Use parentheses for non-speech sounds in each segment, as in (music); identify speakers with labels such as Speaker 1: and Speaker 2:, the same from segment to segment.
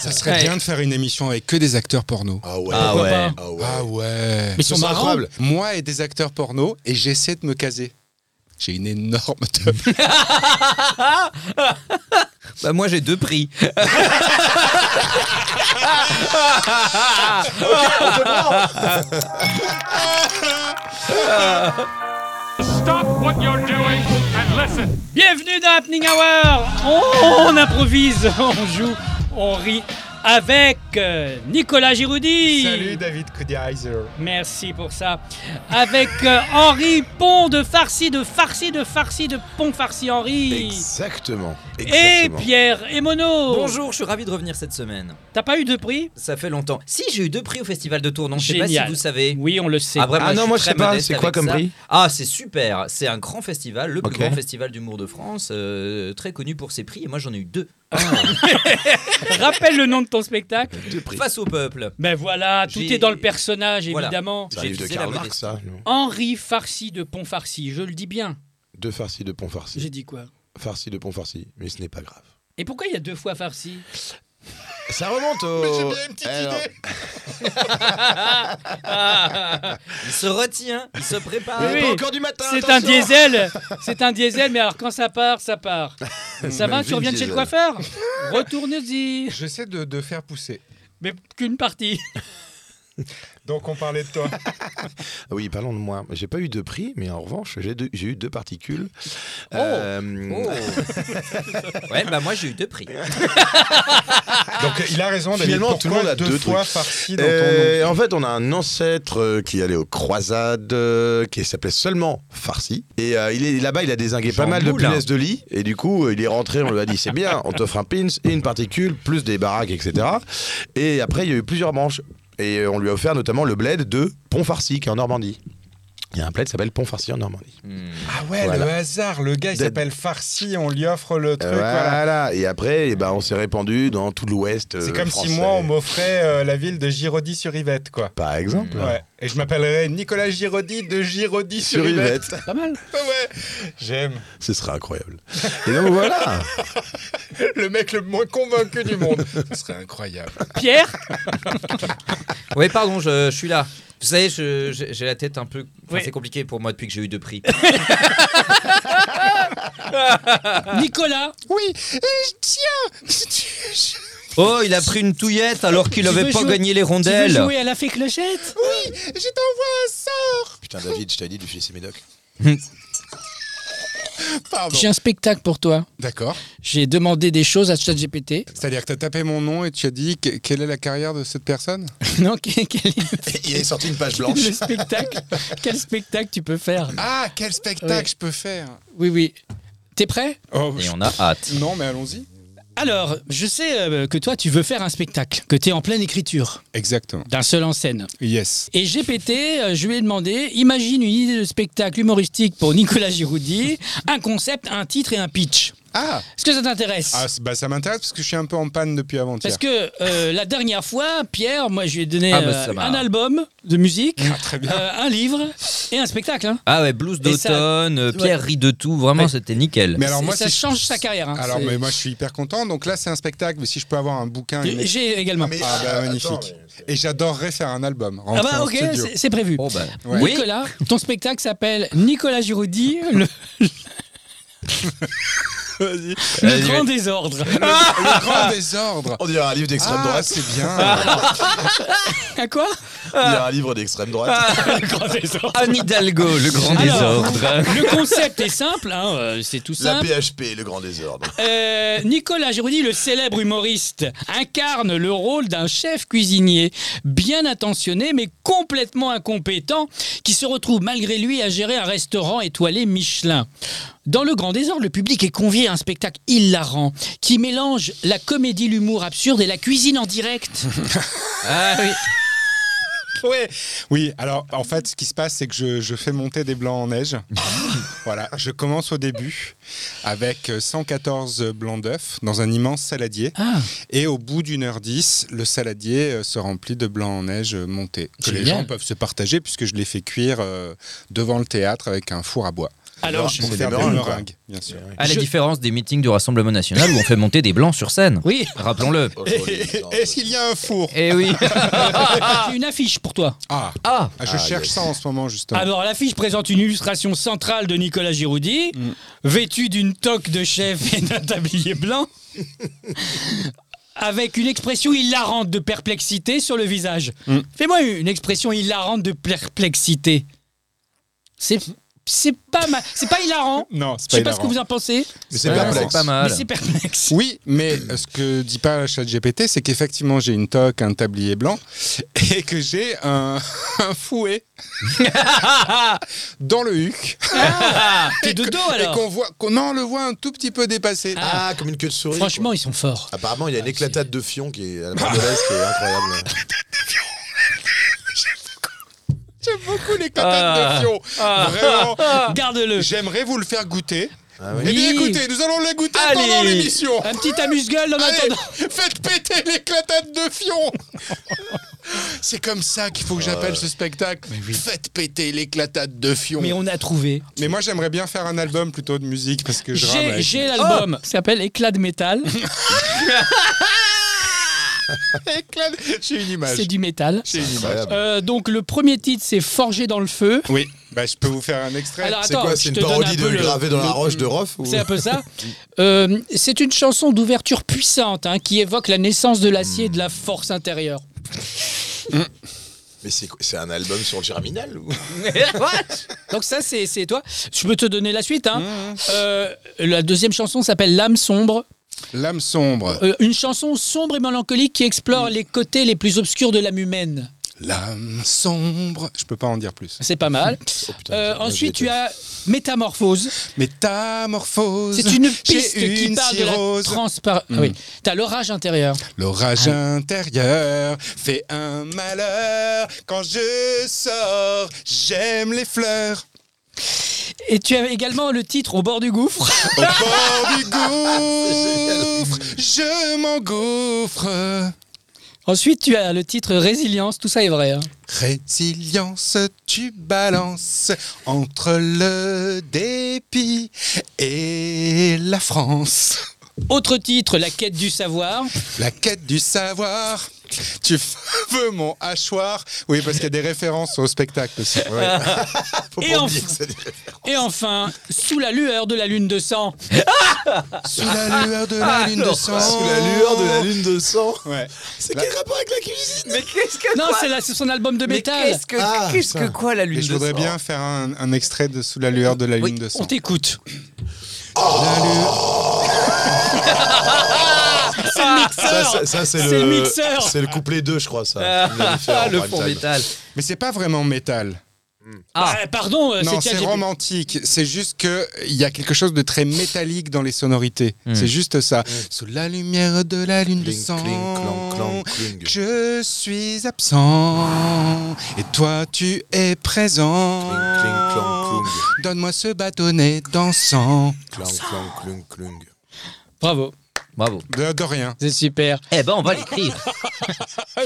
Speaker 1: Ça serait bien de faire une émission avec que des acteurs porno.
Speaker 2: Ah ouais.
Speaker 3: Ah
Speaker 4: Pourquoi
Speaker 3: ouais.
Speaker 4: pas
Speaker 2: Ah ouais.
Speaker 1: Ah ouais.
Speaker 4: Mais ils
Speaker 2: Ce
Speaker 4: sont
Speaker 2: serait
Speaker 4: marrants.
Speaker 2: incroyable.
Speaker 1: Moi et des acteurs porno et j'essaie de me caser. J'ai une énorme teub.
Speaker 3: Bah moi j'ai deux prix.
Speaker 5: Stop what you're doing and listen.
Speaker 4: Bienvenue dans Happening Hour. On, on improvise, (laughs) on joue, on rit avec euh, Nicolas Giroudi.
Speaker 1: David Kudiaiser.
Speaker 4: Merci pour ça. Avec euh, Henri Pont de Farcy, de Farcy, de Farcy, de Pont Farcy Henri.
Speaker 2: Exactement.
Speaker 4: Et
Speaker 2: Exactement.
Speaker 4: Pierre Emono.
Speaker 3: Bonjour, je suis ravi de revenir cette semaine.
Speaker 4: T'as pas eu de prix
Speaker 3: Ça fait longtemps. Si j'ai eu deux prix au Festival de Tournon, je sais pas si
Speaker 4: Génial.
Speaker 3: vous savez.
Speaker 4: Oui, on le sait.
Speaker 3: Ah, vraiment,
Speaker 6: Ah non,
Speaker 3: suis
Speaker 6: moi, je
Speaker 3: très
Speaker 6: sais pas.
Speaker 3: modeste
Speaker 6: C'est quoi
Speaker 3: avec
Speaker 6: comme
Speaker 3: ça.
Speaker 6: prix
Speaker 3: Ah, c'est super. C'est un grand festival, le plus
Speaker 6: Ok.
Speaker 3: grand festival d'humour de France, euh, très connu pour ses prix. Et moi, j'en ai eu deux.
Speaker 4: Rappelle le nom de ton spectacle.
Speaker 2: Deux prix.
Speaker 3: Face au peuple.
Speaker 4: Ben voilà, tout
Speaker 3: J'ai-
Speaker 4: est dans le personnage,
Speaker 3: Voilà.
Speaker 4: évidemment.
Speaker 2: Ça arrive de
Speaker 3: utilisé la
Speaker 2: Karl
Speaker 3: modestie.
Speaker 2: Marx, ça. non
Speaker 4: Henri Farcy de Pont Farcy, je le dis bien.
Speaker 2: Deux farcis de pont
Speaker 4: J'ai
Speaker 2: farci.
Speaker 4: dit quoi
Speaker 2: Farci de pont farci. Mais ce n'est pas grave.
Speaker 4: Et pourquoi il y a deux fois
Speaker 3: (laughs)
Speaker 4: Farcy
Speaker 2: Ça remonte au. Alors,
Speaker 4: Ah,
Speaker 3: Il se retient, il se prépare.
Speaker 4: Oui, oui.
Speaker 2: Pas encore du matin.
Speaker 4: C'est un
Speaker 2: attention.
Speaker 4: diesel C'est un diesel, mais alors quand ça part, ça
Speaker 2: (laughs)
Speaker 4: part. Ça va, tu
Speaker 2: Vin
Speaker 4: reviens de chez le
Speaker 2: Diesel.
Speaker 4: coiffeur Retourne-y
Speaker 1: (laughs) J'essaie de, de faire pousser.
Speaker 4: Mais qu'une partie.
Speaker 1: Donc on parlait de toi.
Speaker 2: Ah Oui, parlons de moi. J'ai pas eu de prix, mais en revanche, j'ai deux- j'ai eu deux particules.
Speaker 3: Oh.
Speaker 2: Euh,
Speaker 6: (laughs)
Speaker 3: Oh. ouais, bah moi j'ai eu deux prix.
Speaker 1: Donc il a raison
Speaker 2: David. Finalement, tout le Pourquoi monde a deux deux fois
Speaker 1: farci
Speaker 2: Euh, en fait, on a un ancêtre euh, qui allait aux croisades, euh, qui s'appelait seulement Farsi. Et euh, il est là-bas, il a désingué
Speaker 3: Jean
Speaker 2: pas mal de
Speaker 3: Moulin.
Speaker 2: punaises de lit. Et du coup, euh, il est rentré, on lui a dit c'est bien, on t'offre un pins et une particule, plus des baraques, etc. Et après, il y a eu plusieurs branches. Et euh, on lui a offert notamment le bled de Pont Farsi, qui est en Normandie. Il y a un bled qui s'appelle Pont Farsi en Normandie.
Speaker 3: Hmm.
Speaker 1: Ah ouais,
Speaker 2: Voilà.
Speaker 1: le hasard. Le gars, il
Speaker 2: D'être-
Speaker 1: s'appelle Farsi, on lui offre le truc.
Speaker 2: Euh,
Speaker 1: voilà.
Speaker 2: voilà. Et après, eh ben, on s'est répandu dans tout l'ouest. euh,
Speaker 1: C'est comme
Speaker 2: français.
Speaker 1: si moi, on m'offrait euh, la ville de Girody sur Yvette, quoi.
Speaker 2: Par exemple.
Speaker 1: Ouais. Et je m'appellerais Nicolas Girody de Girody sur,
Speaker 2: Sur
Speaker 1: Yvette.
Speaker 2: Yvette.
Speaker 4: Pas mal.
Speaker 1: Ouais. J'aime.
Speaker 2: Ce sera incroyable. Et donc voilà.
Speaker 1: Le mec le moins convaincu du monde. Ce serait (laughs) incroyable.
Speaker 4: Pierre
Speaker 3: Oui, pardon, je, je suis là. Vous savez, je- je- j'ai la tête un peu. enfin,
Speaker 4: Oui.
Speaker 3: C'est compliqué pour moi depuis que j'ai eu deux prix.
Speaker 2: Ah.
Speaker 4: Nicolas
Speaker 1: Oui, tiens.
Speaker 3: Oh, il a pris une touillette alors qu'il
Speaker 4: Tu
Speaker 3: avait
Speaker 4: veux
Speaker 3: pas
Speaker 4: jouer-
Speaker 3: gagné les
Speaker 4: Tu veux
Speaker 3: rondelles.
Speaker 4: jouer à la fée clochette
Speaker 1: Je t'envoie un sort
Speaker 2: Putain, David, je t'ai dit d'utiliser ses médocs.
Speaker 1: Pardon.
Speaker 7: J'ai un spectacle pour toi.
Speaker 1: D'accord.
Speaker 7: J'ai demandé des choses à ChatGPT. (laughs)
Speaker 1: C'est-à-dire que t'as tapé mon nom et tu as dit que- quelle est la carrière de cette personne
Speaker 7: non, quel, quel
Speaker 2: (laughs)
Speaker 7: est
Speaker 2: Il est sorti une page blanche.
Speaker 7: le spectacle Quel spectacle tu peux faire
Speaker 1: Ah, quel spectacle
Speaker 7: Ouais.
Speaker 1: je peux faire
Speaker 7: Oui, oui. T'es prêt
Speaker 1: Oh,
Speaker 3: Et
Speaker 1: je-
Speaker 3: on a hâte.
Speaker 1: Non, mais allons-y.
Speaker 7: Alors, je sais euh, que toi, tu veux faire un spectacle, que tu es en pleine écriture
Speaker 1: Exactement.
Speaker 7: d'un seul en scène.
Speaker 1: Yes.
Speaker 7: Et GPT, euh, je lui ai demandé, imagine une idée de spectacle humoristique pour Nicolas Giroudi, un concept, un titre et un pitch.
Speaker 1: Ah,
Speaker 7: Est-ce que ça t'intéresse
Speaker 1: ah, c- bah, ça m'intéresse parce que je suis un peu en panne depuis avant-hier.
Speaker 7: Parce que euh, la dernière fois, Pierre, moi, je lui ai donné
Speaker 3: Ah, bah,
Speaker 7: euh,
Speaker 3: ça m'a-
Speaker 7: un album de musique,
Speaker 1: Ah, très bien.
Speaker 7: euh, un livre et un spectacle. hein.
Speaker 3: Ah ouais, blues
Speaker 7: Et ça-
Speaker 3: d'automne, euh, Pierre rit de tout, vraiment
Speaker 7: Ouais.
Speaker 3: c'était nickel.
Speaker 1: Mais alors
Speaker 7: C'est-
Speaker 1: moi,
Speaker 7: ça
Speaker 1: si je-
Speaker 7: change sa carrière. hein.
Speaker 1: Alors,
Speaker 7: C'est-
Speaker 1: mais moi, je suis hyper content. Donc là, c'est un spectacle. Mais si je peux avoir un bouquin, une-
Speaker 7: J'ai également.
Speaker 1: ah, bah, magnifique. Et j'adorerais faire un album.
Speaker 7: Ah
Speaker 1: rentrer
Speaker 7: bah
Speaker 1: en
Speaker 7: ok,
Speaker 1: studio.
Speaker 7: c'est- c'est prévu.
Speaker 3: Oh, bah,
Speaker 1: Ouais.
Speaker 3: Oui,
Speaker 7: Nicolas, ton spectacle s'appelle Nicolas Giroudi, le, le
Speaker 3: Vas-y,
Speaker 7: grand
Speaker 3: vas-y.
Speaker 7: désordre.
Speaker 1: Le grand désordre.
Speaker 2: On dirait un livre d'extrême
Speaker 1: Ah,
Speaker 2: droite.
Speaker 1: c'est bien.
Speaker 7: À quoi
Speaker 2: On dirait un livre d'extrême droite.
Speaker 7: Le grand désordre.
Speaker 3: Anne Hidalgo, le grand
Speaker 7: Alors.
Speaker 3: désordre.
Speaker 7: (laughs) Le concept est simple, hein, euh, c'est tout
Speaker 2: La
Speaker 7: simple.
Speaker 2: PHP, le grand désordre.
Speaker 7: Euh, Nicolas Giroudi, le célèbre humoriste, incarne le rôle d'un chef cuisinier bien attentionné mais complètement incompétent qui se retrouve malgré lui à gérer un restaurant étoilé Michelin. Dans le grand désordre, le public est convié à un spectacle hilarant qui mélange la comédie, l'humour absurde et la cuisine en direct.
Speaker 3: Ah oui.
Speaker 1: Ouais. Oui, alors en fait, ce qui se passe, c'est que je, je fais monter des blancs en (laughs) neige. voilà, je commence au début avec euh, 114 blancs d'œufs dans un immense saladier.
Speaker 7: Ah,
Speaker 1: Et au bout d'une heure dix, le saladier euh, se remplit de blancs en neige euh, montés. Que les
Speaker 7: Génial.
Speaker 1: gens peuvent se partager puisque je les fais cuire euh, devant le théâtre avec un four à bois.
Speaker 7: Alors,
Speaker 1: pour
Speaker 2: C'est
Speaker 1: faire
Speaker 2: des
Speaker 1: des
Speaker 2: meringues,
Speaker 1: meringues, bien sûr.
Speaker 3: À Ah, la
Speaker 7: Je-
Speaker 3: différence des meetings du Rassemblement National où on fait monter des blancs sur scène.
Speaker 7: Oui.
Speaker 3: Rappelons-le.
Speaker 2: Oh,
Speaker 1: Est-ce qu'il y a un four
Speaker 3: Eh oui.
Speaker 7: j'ai une affiche pour toi.
Speaker 1: Ah,
Speaker 3: Ah.
Speaker 1: ah, je cherche ça en ce moment justement.
Speaker 7: Alors, l'affiche présente une illustration centrale de Nicolas Giroudi,
Speaker 1: Mm.
Speaker 7: vêtu d'une toque de chef et d'un tablier blanc, avec une expression hilarante de perplexité sur le visage.
Speaker 1: Mm.
Speaker 7: Fais-moi une expression hilarante de perplexité. C'est c'est pas ma- c'est pas hilarant.
Speaker 1: Non, c'est
Speaker 7: Je
Speaker 1: pas,
Speaker 7: sais pas ce que
Speaker 1: hilarant.
Speaker 7: vous en pensez,
Speaker 2: Mais c'est
Speaker 3: Ouais,
Speaker 2: perplexe.
Speaker 3: pas mal.
Speaker 7: mais c'est perplexe.
Speaker 1: Oui, mais euh, ce que dit pas ChatGPT, c'est qu'effectivement j'ai une toque, un tablier blanc (laughs) et que j'ai un, un
Speaker 7: (laughs)
Speaker 1: fouet dans le huc.
Speaker 7: Ah,
Speaker 1: ah,
Speaker 7: T'es de dos
Speaker 1: Et
Speaker 7: alors.
Speaker 1: qu'on voit, qu'on en le voit un tout petit peu dépassé.
Speaker 2: Ah, comme une queue de souris.
Speaker 7: Franchement, Ah, ils sont forts.
Speaker 2: quoi. Apparemment, il y a une éclatade de fion qui est à la bordelaise qui est incroyable.
Speaker 1: Ah, J'aime beaucoup les
Speaker 7: Ah.
Speaker 1: cotates de Fion. Ah,
Speaker 7: (laughs)
Speaker 1: Vraiment.
Speaker 7: Garde-le.
Speaker 1: J'aimerais vous le faire goûter.
Speaker 2: oui.
Speaker 1: Eh bien
Speaker 7: Oui.
Speaker 1: écoutez, nous allons la goûter pendant
Speaker 7: Allez.
Speaker 1: l'émission.
Speaker 7: Un petit amuse-gueule en
Speaker 1: Allez,
Speaker 7: attendant.
Speaker 1: faites péter l'éclatade de Fion (laughs) C'est comme ça qu'il faut que j'appelle ce spectacle. Faites péter l'éclatade de Fion
Speaker 7: Mais
Speaker 1: mais,
Speaker 7: on a trouvé.
Speaker 1: moi, j'aimerais bien faire un album plutôt de musique parce que je rame
Speaker 7: J'ai
Speaker 1: avec.
Speaker 7: j'ai
Speaker 2: Ah
Speaker 7: l'album. Ça s'appelle Éclat de
Speaker 2: (laughs)
Speaker 7: métal.
Speaker 1: Éclat- (laughs) J'ai une image.
Speaker 7: C'est du métal.
Speaker 1: J'ai une image.
Speaker 2: Incroyable.
Speaker 7: Euh, donc le premier titre c'est Forgé dans le feu.
Speaker 1: Oui, bah, je peux vous faire un extrait.
Speaker 7: Alors
Speaker 2: C'est
Speaker 7: attends,
Speaker 2: quoi
Speaker 7: je
Speaker 2: C'est une
Speaker 7: te donne un
Speaker 2: parodie
Speaker 7: peu
Speaker 2: de
Speaker 7: le-
Speaker 2: gravé dans la
Speaker 7: le-
Speaker 2: roche de Roff ou-
Speaker 7: C'est un
Speaker 2: (laughs)
Speaker 7: peu ça. Euh, c'est une chanson d'ouverture puissante hein, qui évoque la naissance de l'acier et de la force intérieure.
Speaker 2: Mais c'est quoi- c'est un album sur le germinal
Speaker 7: (laughs)
Speaker 2: ou
Speaker 7: Donc ça c'est c'est toi. Je peux te donner la suite. hein.
Speaker 2: Mmh,
Speaker 7: Euh, la deuxième chanson s'appelle L'âme sombre.
Speaker 1: L'âme sombre.
Speaker 7: Euh, une chanson sombre et mélancolique qui explore
Speaker 2: Mmh.
Speaker 7: les côtés les plus obscurs de l'âme humaine.
Speaker 1: L'âme sombre. Je peux pas en dire plus.
Speaker 7: C'est pas mal.
Speaker 2: Oh, putain,
Speaker 7: Euh,
Speaker 2: j'ai-
Speaker 7: ensuite
Speaker 2: j'ai-
Speaker 7: tu as Métamorphose.
Speaker 1: Métamorphose.
Speaker 7: (laughs) C'est une Hmm.
Speaker 1: J'ai
Speaker 7: piste qui
Speaker 1: une
Speaker 7: parle
Speaker 1: cirrhose.
Speaker 7: de la transparence. Ah Oui. T'as l'orage intérieur.
Speaker 1: L'orage
Speaker 7: Ah.
Speaker 1: intérieur fait un malheur. Quand je sors, j'aime les fleurs.
Speaker 7: Et tu as également le titre Au bord du gouffre. (laughs)
Speaker 1: Au bord du gouffre, je m'engouffre.
Speaker 7: Ensuite, tu as le titre Résilience. Tout ça est vrai. hein.
Speaker 1: Résilience, tu balances entre le dépit et la France.
Speaker 7: Autre titre La quête du savoir.
Speaker 1: La quête du savoir. Tu veux mon hachoir Oui, parce qu'il y a des références au spectacle aussi.
Speaker 2: Ah. Faut
Speaker 7: Et
Speaker 2: pas
Speaker 7: en-
Speaker 2: oublier que c'est des-
Speaker 7: Et enfin, Sous la lueur de la lune de sang.
Speaker 1: Sous la lueur de la lune de sang.
Speaker 2: Sous la lueur de la
Speaker 7: Oh.
Speaker 2: lune de sang.
Speaker 1: Ouais.
Speaker 2: (laughs) C'est
Speaker 1: La-
Speaker 2: quel rapport avec la cuisine
Speaker 6: Mais qu'est-ce que
Speaker 7: Non,
Speaker 6: quoi
Speaker 7: c'est la- c'est son album de
Speaker 6: Mais
Speaker 7: métal.
Speaker 6: qu'est-ce que,
Speaker 2: Ah,
Speaker 6: qu'est-ce que
Speaker 2: putain.
Speaker 6: quoi la lune
Speaker 1: Et
Speaker 6: de
Speaker 1: je voudrais
Speaker 6: sang
Speaker 1: bien faire un, un extrait de Sous la lueur de la lune de
Speaker 7: On
Speaker 1: sang.
Speaker 7: t'écoute.
Speaker 2: Ça, ça, ça, c'est
Speaker 7: C'est
Speaker 2: le,
Speaker 7: le mixeur.
Speaker 2: C'est le couplet 2, je crois, ça. Il l'a fait en
Speaker 7: (laughs)
Speaker 3: Ah, le
Speaker 2: prime
Speaker 3: fond
Speaker 2: time.
Speaker 3: métal.
Speaker 1: Mais c'est pas vraiment métal.
Speaker 7: Ah, pardon, euh,
Speaker 1: Non,
Speaker 7: c'est
Speaker 1: c'est
Speaker 7: ChatGPT.
Speaker 1: romantique. C'est juste que il y a quelque chose de très métallique dans les sonorités. C'est juste ça. Sous la lumière de la lune de
Speaker 2: Hmm. Cling,
Speaker 1: sang.
Speaker 2: cling, clang, clang, cling.
Speaker 1: Je suis absent et toi tu es présent.
Speaker 2: Cling, cling, clang, clang.
Speaker 1: Donne-moi ce bâtonnet dansant.
Speaker 2: Clang, clang, clung, clung.
Speaker 7: Bravo.
Speaker 3: Bravo.
Speaker 1: De, de rien.
Speaker 7: C'est super.
Speaker 3: Eh ben, on va l'écrire.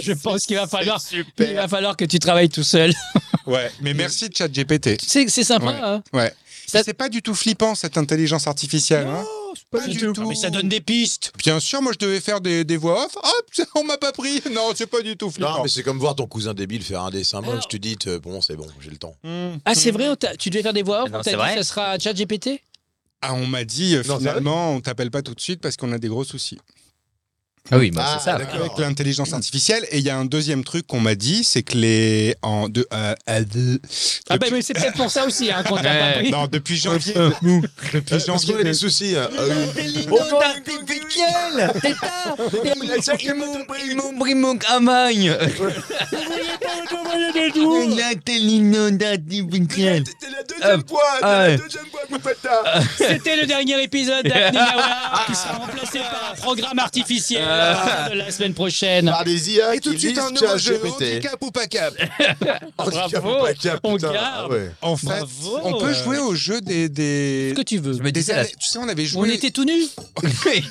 Speaker 7: Je pense qu'il va falloir, il va falloir que tu travailles tout seul. (laughs)
Speaker 1: Ouais. Mais merci ChatGPT.
Speaker 7: C'est c'est sympa.
Speaker 1: Ouais.
Speaker 7: hein.
Speaker 1: Ouais.
Speaker 7: Ça-
Speaker 1: C'est pas du tout flippant cette intelligence artificielle. hein. pas du tout.
Speaker 7: Ah, mais ça donne des pistes.
Speaker 1: Bien sûr, moi je devais faire des, des voix off. Hop, (laughs) on m'a pas pris. Non, c'est pas du tout
Speaker 2: Non,
Speaker 1: flippant.
Speaker 2: mais c'est comme voir ton cousin débile faire un dessin moche. Tu dis, te- bon, c'est bon, j'ai le temps.
Speaker 1: Hmm.
Speaker 7: Ah, c'est vrai, on t'a- tu devais faire des voix off.
Speaker 3: Non,
Speaker 7: on t'a
Speaker 3: c'est
Speaker 7: dit
Speaker 3: vrai.
Speaker 7: ça sera ChatGPT
Speaker 1: Ah, on m'a dit euh,
Speaker 2: Non, ça
Speaker 1: finalement, on t'appelle pas tout de suite parce qu'on a des gros soucis
Speaker 3: Ah oui, bah, c'est ça.
Speaker 1: avec l'intelligence artificielle. Et il y a un deuxième truc qu'on m'a dit, c'est que les en de, euh, euh, (laughs) de-
Speaker 7: Ah, bah, mais c'est peut-être pour ça aussi hein, qu'on t'a pas pris.
Speaker 1: non depuis janvier depuis
Speaker 2: Euh, Parce qu'on
Speaker 1: janvier
Speaker 2: a des
Speaker 1: de-
Speaker 2: soucis. hein. Ah oui.
Speaker 3: Oh,
Speaker 6: Bonjour artificiel T'es tard
Speaker 3: mon camagne L'intelligence artificielle. la
Speaker 7: C'était le dernier épisode d'Happening Hour
Speaker 1: (laughs)
Speaker 7: qui sera remplacé par un programme artificiel
Speaker 1: Euh.
Speaker 7: à partir de la semaine prochaine.
Speaker 2: Par des IA
Speaker 1: Et tout de
Speaker 2: qui
Speaker 1: suite
Speaker 2: lisent
Speaker 1: un nouveau jeu,
Speaker 2: ChatGPT.
Speaker 1: handicap ou pas cap
Speaker 2: Handicap ou
Speaker 7: Bravo,
Speaker 2: Oh, pas cap,
Speaker 7: on
Speaker 2: putain.
Speaker 7: garde.
Speaker 2: Ah ouais.
Speaker 1: En fait,
Speaker 7: Bravo.
Speaker 1: on peut jouer au jeu des des,
Speaker 7: Ce que tu veux.
Speaker 3: me
Speaker 1: des
Speaker 3: disais la-
Speaker 1: allées- tu sais on avait joué
Speaker 7: On était tout nus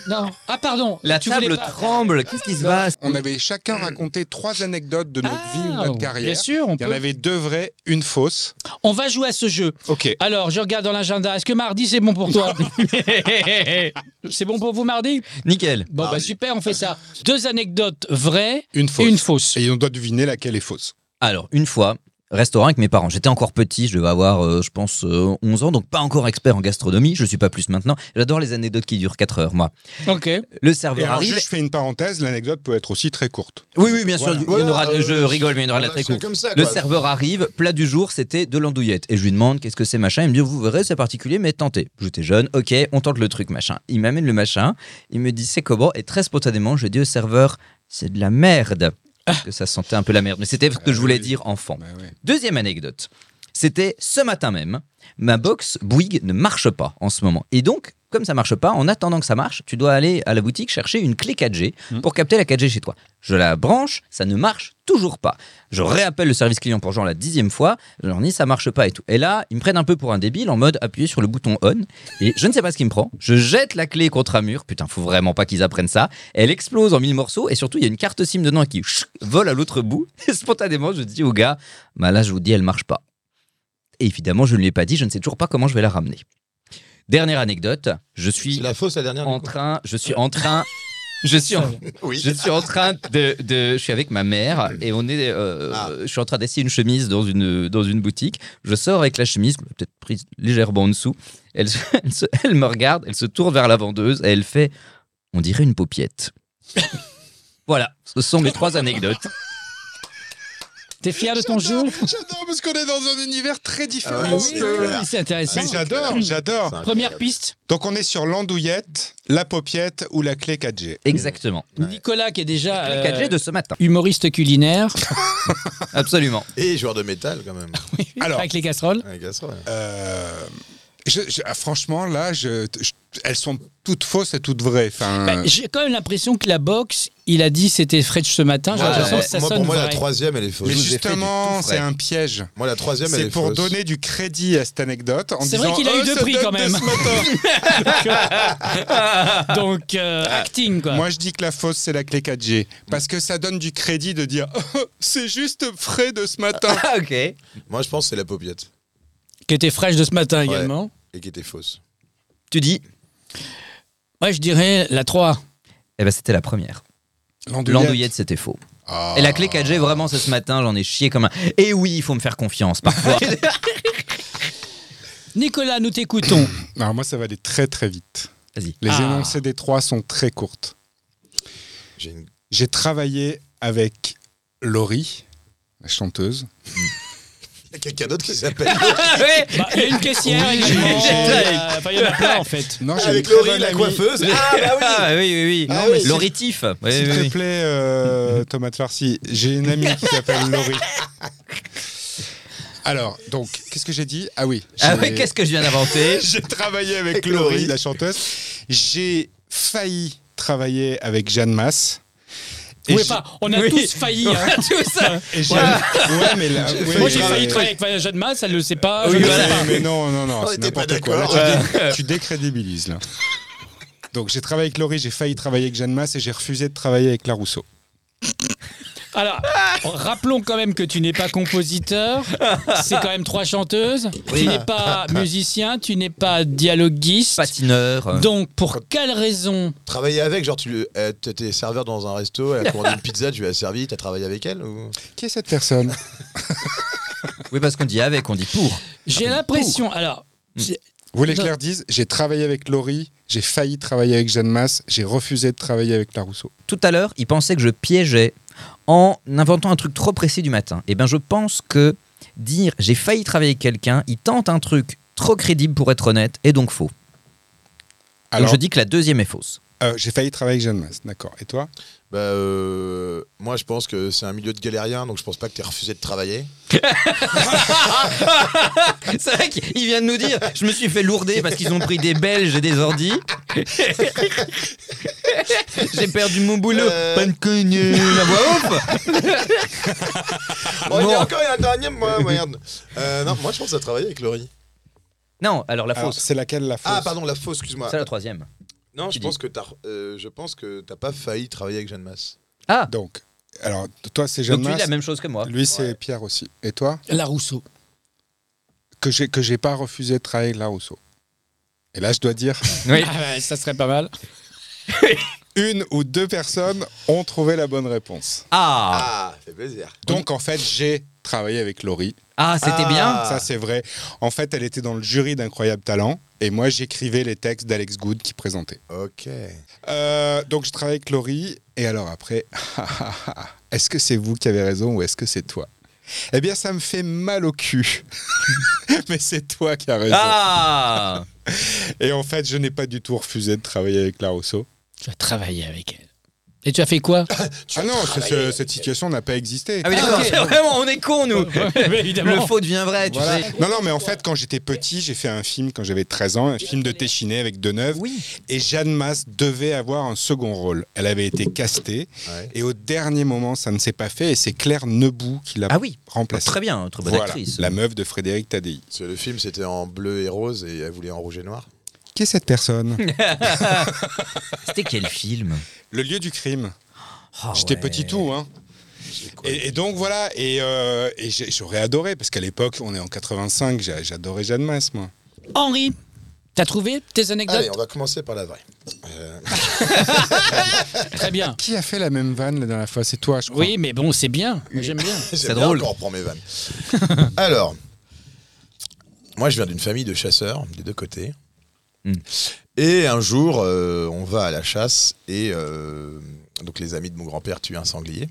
Speaker 7: Non. Ah pardon.
Speaker 3: La
Speaker 7: tu voulais
Speaker 3: table
Speaker 7: pas.
Speaker 3: tremble. Qu'est-ce qui se passe
Speaker 1: on avait chacun raconté trois anecdotes de notre
Speaker 7: Ah,
Speaker 1: vie, de notre carrière.
Speaker 7: Bien sûr, on
Speaker 1: Il y en
Speaker 7: peut.
Speaker 1: avait deux vraies, une fausse.
Speaker 7: On va jouer à ce jeu.
Speaker 1: Ok.
Speaker 7: Alors, je regarde dans l'agenda. Est-ce que mardi, c'est bon pour toi (laughs) C'est bon pour vous, mardi
Speaker 3: Nickel.
Speaker 1: Ah
Speaker 7: Bon, bah super, on fait ça. Deux anecdotes vraies
Speaker 1: Une fausse.
Speaker 7: et une fausse.
Speaker 1: Et on doit deviner laquelle est fausse.
Speaker 3: Alors, une fois, restaurant avec mes parents. J'étais encore petit, je devais avoir, euh, je pense, euh, 11 ans, donc pas encore expert en gastronomie. Je suis pas plus maintenant. J'adore les anecdotes qui durent 4 heures, moi.
Speaker 7: Ok.
Speaker 3: Le
Speaker 1: Et
Speaker 3: serveur
Speaker 1: alors,
Speaker 3: arrive.
Speaker 1: juste, je fais une parenthèse, l'anecdote peut être aussi très courte.
Speaker 3: Oui, oui, bien sûr.
Speaker 1: Voilà.
Speaker 3: il y en aura-
Speaker 2: Voilà,
Speaker 3: je
Speaker 2: euh,
Speaker 3: rigole, mais il y en aura de la
Speaker 2: voilà,
Speaker 3: très
Speaker 2: c'est
Speaker 3: courte.
Speaker 2: comme ça,
Speaker 3: Le
Speaker 2: quoi.
Speaker 3: serveur arrive, plat du jour, c'était de l'andouillette. Et je lui demande qu'est-ce que c'est machin. Il me dit, vous verrez, c'est particulier, mais tentez. J'étais jeune, ok, on tente le truc machin. Il m'amène le machin, il me dit c'est comment Et très spontanément, je dis au serveur, c'est de la merde. Parce que ça sentait un peu la merde, mais c'était ce que je voulais
Speaker 1: oui.
Speaker 3: dire enfant.
Speaker 1: Bah ouais.
Speaker 3: Deuxième anecdote, c'était ce matin même, ma box Bouygues ne marche pas en ce moment. Et donc, comme ça marche pas, en attendant que ça marche, tu dois aller à la boutique chercher une clé 4G Mmh. pour capter la 4G chez toi. Je la branche, ça ne marche toujours pas. Je réappelle le service client pour genre la dixième fois, je leur dis ça marche pas et tout. Et là, ils me prennent un peu pour un débile en mode appuyer sur le bouton on et je ne sais pas ce qui me prend. Je jette la clé contre un mur, putain, faut vraiment pas qu'ils apprennent ça. Elle explose en mille morceaux et surtout il y a une carte SIM dedans qui chut, vole à l'autre bout. (laughs) Et spontanément, je dis au gars, bah là je vous dis elle marche pas. Et évidemment, je ne lui ai pas dit, je ne sais toujours pas comment je vais la ramener. Dernière anecdote, je suis
Speaker 2: C'est la fausse, la dernière.
Speaker 3: en train, je suis en train, je
Speaker 2: (laughs)
Speaker 3: suis en,
Speaker 2: Oui.
Speaker 3: je suis en train de, de- je suis avec ma mère et on est, euh,
Speaker 2: Ah.
Speaker 3: je suis en train d'essayer une chemise dans une dans une boutique. Je sors avec la chemise, peut-être prise légèrement en dessous. Elle, se- elle, se- elle me regarde, elle se tourne vers la vendeuse et elle fait, on dirait une paupiette. voilà, ce sont mes trois anecdotes.
Speaker 7: T'es fier de ton jeu
Speaker 1: (laughs) J'adore parce qu'on est dans un univers très différent.
Speaker 2: Ah oui,
Speaker 1: Euh,
Speaker 2: oui, oui.
Speaker 7: Ah, C'est intéressant.
Speaker 1: Mais j'adore, j'adore.
Speaker 7: Première piste,
Speaker 1: Donc on est sur l'andouillette, la paupiette ou la clé 4G.
Speaker 3: Exactement.
Speaker 7: Nicolas qui est déjà
Speaker 3: La
Speaker 7: euh,
Speaker 3: 4G de ce matin.
Speaker 7: humoriste culinaire
Speaker 3: Absolument.
Speaker 2: Et joueur de métal, quand même.
Speaker 1: Alors,
Speaker 7: avec les casseroles.
Speaker 2: Ouais, Gaston, ouais.
Speaker 1: euh, je- je- ah, franchement, là, je- je- elles sont toutes fausses et toutes vraies. Enfin,
Speaker 7: Bah, J'ai quand même l'impression que la box, il a dit c'était French ce matin. J'ai
Speaker 2: Moi,
Speaker 7: l'impression
Speaker 2: moi,
Speaker 7: que ça
Speaker 2: moi,
Speaker 7: sonne
Speaker 2: pour moi, la
Speaker 7: vrai.
Speaker 2: troisième, elle est fausse.
Speaker 1: mais
Speaker 3: je vous ai fait du
Speaker 1: justement,
Speaker 3: tout
Speaker 1: c'est
Speaker 3: frais.
Speaker 1: un piège.
Speaker 2: Moi, la troisième, elle est
Speaker 1: C'est pour
Speaker 2: fausse.
Speaker 1: donner du crédit à cette anecdote. en
Speaker 7: C'est vrai
Speaker 1: disant,
Speaker 7: qu'il a eu
Speaker 1: Oh,
Speaker 7: deux
Speaker 1: ça
Speaker 7: prix
Speaker 1: date
Speaker 7: quand
Speaker 1: de
Speaker 7: même.
Speaker 1: ce matin.
Speaker 7: (laughs) Donc, euh, acting, quoi.
Speaker 1: Moi, je dis que la fausse, c'est la clé 4G. Parce que ça donne du crédit de dire Oh, (laughs) c'est juste frais de ce matin.
Speaker 3: Ah, ok.
Speaker 2: Moi, je pense que c'est la paupiette.
Speaker 7: Qui était fraîche de ce matin
Speaker 2: Ouais.
Speaker 7: également.
Speaker 2: Et qui était fausse.
Speaker 3: Tu dis,
Speaker 7: Moi, je dirais la 3.
Speaker 3: eh ben c'était la première. (laughs) L'andouillette, c'était faux.
Speaker 1: Ah.
Speaker 3: Et la clé 4G, vraiment, c'est ce matin, j'en ai chié comme un. Et oui, il faut me faire confiance parfois.
Speaker 7: Nicolas, nous t'écoutons.
Speaker 1: Alors, Ah, moi, ça va aller très, très vite.
Speaker 3: Vas-y.
Speaker 1: Les
Speaker 7: Ah.
Speaker 1: énoncés des trois sont très courtes.
Speaker 2: J'ai une
Speaker 1: J'ai travaillé avec Laurie, la chanteuse.
Speaker 2: Il y a quelqu'un d'autre qui s'appelle.
Speaker 7: Bah, Il y a une caissière
Speaker 1: Oui,
Speaker 7: également.
Speaker 1: j'ai-
Speaker 7: euh, enfin, Il y en a plein, en fait.
Speaker 1: Non, j'ai
Speaker 2: (laughs) Avec
Speaker 1: une très
Speaker 2: Laurie,
Speaker 1: bonne
Speaker 2: la
Speaker 1: amie.
Speaker 2: (laughs) coiffeuse. Ah, bah oui.
Speaker 3: Ah, oui, oui, oui.
Speaker 2: Ah, oui, c'est-
Speaker 3: L'oritif. Oui,
Speaker 1: S'il
Speaker 3: oui, Ah
Speaker 1: te
Speaker 3: oui.
Speaker 1: plaît, euh, Thomas de Farcy, j'ai une
Speaker 3: (laughs)
Speaker 1: amie qui s'appelle Laurie. Alors, donc, qu'est-ce que j'ai dit Ah oui.
Speaker 3: Ah,
Speaker 1: j'ai-
Speaker 3: oui, qu'est-ce que je viens d'inventer
Speaker 1: J'ai travaillé avec,
Speaker 2: Avec
Speaker 1: Laurie,
Speaker 2: Laurie.
Speaker 1: la chanteuse. J'ai failli travailler avec Jeanne Masse.
Speaker 7: Oui,
Speaker 1: j'ai-
Speaker 7: enfin, on a
Speaker 3: Oui.
Speaker 7: tous failli. hein.
Speaker 3: Tout ça.
Speaker 1: et j'ai- Ouais, mais là- ouais,
Speaker 7: Moi,
Speaker 1: mais-
Speaker 7: j'ai failli travailler avec Jeanne Masse, elle le sait pas. je
Speaker 1: Oui,
Speaker 7: le sais
Speaker 1: mais-
Speaker 7: pas.
Speaker 1: mais non, non, non,
Speaker 2: On
Speaker 1: c'est
Speaker 2: était pas
Speaker 1: n'importe quoi. Là,
Speaker 2: d'accord.
Speaker 1: tu, dé- tu décrédibilises, là. Donc, j'ai travaillé avec Laurie, j'ai failli travailler avec Jeanne Masse et j'ai refusé de travailler avec La Rousseau.
Speaker 7: Alors, rappelons quand même que tu n'es pas compositeur, c'est quand même trois chanteuses, tu n'es pas musicien, tu n'es pas dialoguiste.
Speaker 3: Patineur.
Speaker 7: Donc, pour quelle raison
Speaker 2: Travailler avec, genre, tu lui- euh, t'étais serveur dans un resto, elle a commandé une pizza, tu lui as servi, t'as travaillé avec elle ou...
Speaker 1: Qui est cette personne
Speaker 3: Oui, parce qu'on dit avec, on dit pour.
Speaker 7: J'ai l'impression. Alors,
Speaker 1: Vous voulez que je leur dise J'ai travaillé avec Laurie, j'ai failli travailler avec Jeanne Masse, j'ai refusé de travailler avec La Rousseau.
Speaker 3: Tout à l'heure, il pensait que je piégeais en inventant un truc trop précis du matin. Eh bien, je pense que dire j'ai failli travailler avec quelqu'un, il tente un truc trop crédible pour être honnête et donc faux.
Speaker 1: Alors,
Speaker 3: donc je dis que la deuxième est fausse.
Speaker 1: euh, j'ai failli travailler avec Jeanne Masse, d'accord. Et toi
Speaker 2: Bah, euh, moi, je pense que c'est un milieu de galériens, donc je pense pas que t'aies refusé de travailler.
Speaker 3: (laughs) C'est vrai qu'il vient de nous dire je me suis fait lourder parce qu'ils ont pris des Belges et des
Speaker 2: (laughs)
Speaker 3: ordi. J'ai perdu mon boulot.
Speaker 2: Euh.
Speaker 3: Pas de connu. La voix off.
Speaker 2: Oh, il y
Speaker 3: Non.
Speaker 2: a encore un dernier, (laughs) moi, merde. Euh, non, moi, je pense à travailler avec Laurie.
Speaker 3: Non, alors la
Speaker 1: Alors,
Speaker 3: fausse.
Speaker 1: C'est laquelle la fausse
Speaker 2: Ah, pardon, la fausse, excuse-moi.
Speaker 3: C'est la troisième.
Speaker 2: Non, je
Speaker 3: tu
Speaker 2: pense,
Speaker 3: dis.
Speaker 2: que t'as, euh, je pense que t'as pas failli travailler avec Jeanne Masse.
Speaker 3: Ah,
Speaker 1: Donc, Alors, toi, c'est
Speaker 3: Donc
Speaker 1: Jeanne
Speaker 3: tu dis la
Speaker 1: Mas.
Speaker 3: même chose que moi.
Speaker 1: Lui, c'est Pierre aussi. Et toi
Speaker 7: La Rousseau.
Speaker 1: Que j'ai que j'ai pas refusé de travailler avec la Rousseau. Et là, je dois dire,
Speaker 3: Oui.
Speaker 7: Ah ouais, ça serait pas mal.
Speaker 1: une ou deux personnes ont trouvé la bonne réponse.
Speaker 3: Ah,
Speaker 2: Ah, ça fait plaisir.
Speaker 1: Donc, en fait, j'ai travaillé avec Laurie.
Speaker 3: ah c'était
Speaker 2: Ah.
Speaker 3: bien.
Speaker 1: Ça, c'est vrai. En fait, elle était dans le jury d'Incroyable Talent. Et moi, j'écrivais les textes d'Alex Good qui présentait.
Speaker 2: Ok.
Speaker 1: Euh, donc, je travaillais avec Laurie. Et alors, après, (laughs) est-ce que c'est vous qui avez raison ou est-ce que c'est toi Eh bien, ça me fait mal au cul. (laughs) Mais c'est toi qui as raison.
Speaker 3: Ah
Speaker 1: Et en fait, je n'ai pas du tout refusé de travailler avec la Rousseau.
Speaker 7: Tu as travaillé avec elle. Et tu as fait
Speaker 2: (laughs)
Speaker 7: quoi
Speaker 1: Ah non, ce- ce- cette situation n'a pas existé.
Speaker 3: Ah oui, d'accord, c'est vraiment, on est cons, nous.
Speaker 7: évidemment.
Speaker 3: Le faux devient vrai, tu
Speaker 1: Voilà.
Speaker 3: sais.
Speaker 1: Non, non, mais en fait, quand j'étais petit, j'ai fait un film quand j'avais 13 ans, un film de Téchiné avec Deneuve.
Speaker 3: Oui.
Speaker 1: Et Jeanne Masse devait avoir un second rôle. Elle avait été castée.
Speaker 2: Ouais.
Speaker 1: Et au dernier moment, ça ne s'est pas fait. Et c'est Claire Nebout qui l'a
Speaker 3: Ah oui.
Speaker 1: remplacée.
Speaker 3: Très bien, très bonne
Speaker 1: Voilà,
Speaker 3: actrice.
Speaker 1: la meuf de Frédéric Tadei.
Speaker 2: Parce que le film, c'était en bleu et rose et elle voulait en rouge et noir.
Speaker 1: Qui est cette
Speaker 3: (laughs)
Speaker 1: personne
Speaker 3: C'était quel film
Speaker 1: Le lieu du crime.
Speaker 3: Oh,
Speaker 1: J'étais
Speaker 3: ouais.
Speaker 1: petit tout, hein. Et, et donc voilà, et, euh, et j'ai- j'aurais adoré, parce qu'à l'époque, on est en 85, j'a- j'adorais Jeanne Masse, moi.
Speaker 7: Henri, t'as trouvé tes anecdotes
Speaker 2: Allez, on va commencer par la vraie.
Speaker 7: Très bien.
Speaker 1: Qui a fait la même vanne la dernière fois C'est toi, je crois.
Speaker 7: Oui, mais bon, c'est bien. Moi, J'aime bien.
Speaker 2: C'est
Speaker 3: drôle.
Speaker 2: Encore prend mes vannes. Alors, moi, je viens d'une famille de chasseurs des deux côtés.
Speaker 3: Hmm.
Speaker 2: Et un jour, euh, on va à la chasse et euh, donc les amis de mon grand-père tuent un sanglier.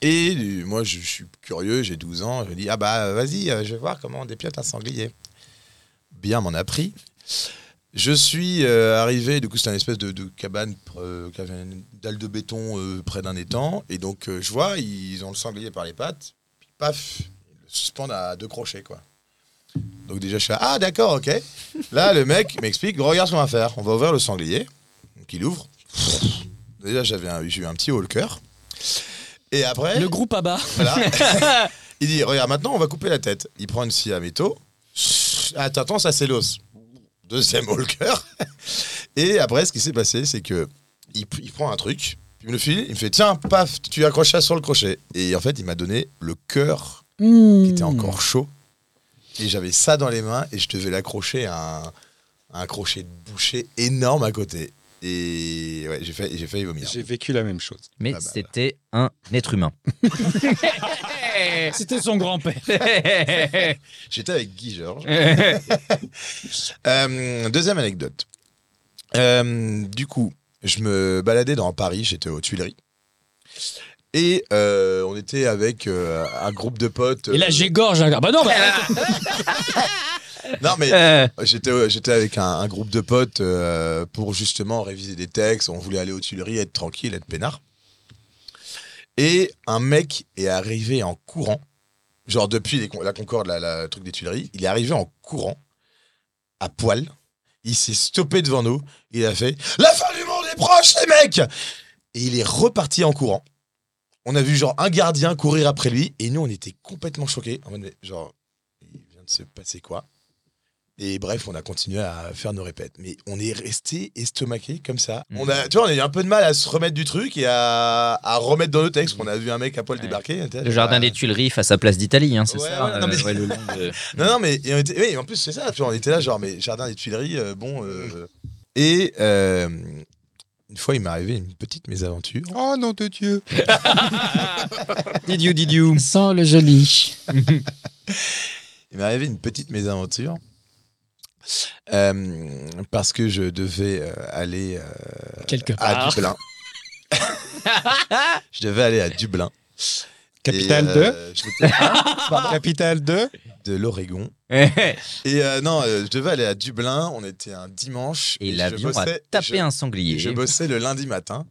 Speaker 2: Et euh, moi, je, je suis curieux, j'ai 12 ans, je me dis ah bah vas-y, euh, je vais voir comment on dépiote un sanglier. Bien m'en a pris. Je suis euh, arrivé, du coup c'est une espèce de, de cabane, euh, cabane- dalle de béton euh, près d'un étang, et donc euh, je vois, ils ont le sanglier par les pattes, puis paf, ils le suspendent à deux crochets quoi. Donc déjà je suis là, ah d'accord, ok. Là le mec m'explique, regarde ce qu'on va faire, on va ouvrir le sanglier, donc il ouvre. Déjà j'avais un- j'ai eu un petit haut le cœur. Et après...
Speaker 7: Le groupe ABBA.
Speaker 2: Voilà. (laughs) il dit Regarde, maintenant, on va couper la tête. Il prend une scie à métaux. Attends, attends, ça c'est l'os. Deuxième Walker. (laughs) Et après, ce qui s'est passé, c'est que il, il prend un truc, il me le file, il me fait Tiens, paf, tu accroches ça sur le crochet. Et en fait, il m'a donné le cœur qui
Speaker 7: Hmm.
Speaker 2: était encore chaud. Et j'avais ça dans les mains et je devais l'accrocher à un, à un crochet de boucher énorme à côté. Et ouais, j'ai failli, j'ai failli vomir.
Speaker 1: J'ai vécu la même chose.
Speaker 3: Mais
Speaker 2: Ah bah.
Speaker 3: c'était un être humain.
Speaker 7: Eh,
Speaker 2: Ah,
Speaker 7: C'était son grand-père.
Speaker 2: J'étais avec Guy
Speaker 7: (laughs)
Speaker 2: Georges. Euh, deuxième anecdote. Euh, du coup, je me baladais dans Paris, j'étais aux Tuileries. Et euh, on était avec euh, un groupe de Ah. potes.
Speaker 7: Et là, j'égorge. un gars. Bah non, bah,
Speaker 2: Non, mais
Speaker 3: Euh,
Speaker 2: j'étais euh, j'étais avec un, un groupe de potes euh, pour justement réviser des textes. On voulait aller aux Tuileries, être tranquille, être peinard. Et un mec est arrivé en courant, genre depuis les con- la Concorde, la, la- le truc des Tuileries, il est arrivé en courant, à poil. Il s'est stoppé devant nous. Il a fait La fin du monde est proche, les mecs Et il est reparti en courant. On a vu genre un gardien courir après lui. Et nous, on était complètement choqués. En mode, mais, genre, il vient de se passer quoi et bref, on a continué à faire nos répètes. Mais on est resté estomaqué comme ça.
Speaker 3: Mhm.
Speaker 2: On a, tu vois, on a eu un peu de mal à se remettre du truc et à, à remettre dans nos textes. On a vu un mec à poil
Speaker 3: Mm. Ouais.
Speaker 2: débarquer.
Speaker 3: le jardin des Tuileries face à Place d'Italie, hein, c'est
Speaker 2: Ouais,
Speaker 3: ça
Speaker 2: ouais, non,
Speaker 3: euh,
Speaker 2: mais-
Speaker 3: ouais, le long de-
Speaker 2: Non, non, mais et on était, oui, en plus, c'est ça. Tu vois, on était là, genre, mais jardin des Tuileries, euh, bon. euh, et euh, une fois, il m'est arrivé une petite mésaventure.
Speaker 1: Oh non de Dieu
Speaker 3: Did you, did you
Speaker 7: sans le joli.
Speaker 2: Il m'est arrivé une petite mésaventure. Euh, parce que je devais euh, aller euh,
Speaker 7: Quelque
Speaker 2: à
Speaker 3: Ah. (laughs)
Speaker 7: part.
Speaker 2: Dublin. je devais aller à Dublin.
Speaker 1: Capitale
Speaker 2: Et,
Speaker 1: 2
Speaker 2: euh, je m'étais-
Speaker 1: Capitale 2
Speaker 2: de l'Oregon.
Speaker 3: Et
Speaker 2: (laughs) Et euh, non, euh, je devais aller à Dublin. On était un dimanche. je
Speaker 3: l'avion a
Speaker 2: bossais-
Speaker 3: tapé
Speaker 2: je-
Speaker 3: un
Speaker 2: Et
Speaker 3: sanglier.
Speaker 2: je bossais le lundi matin.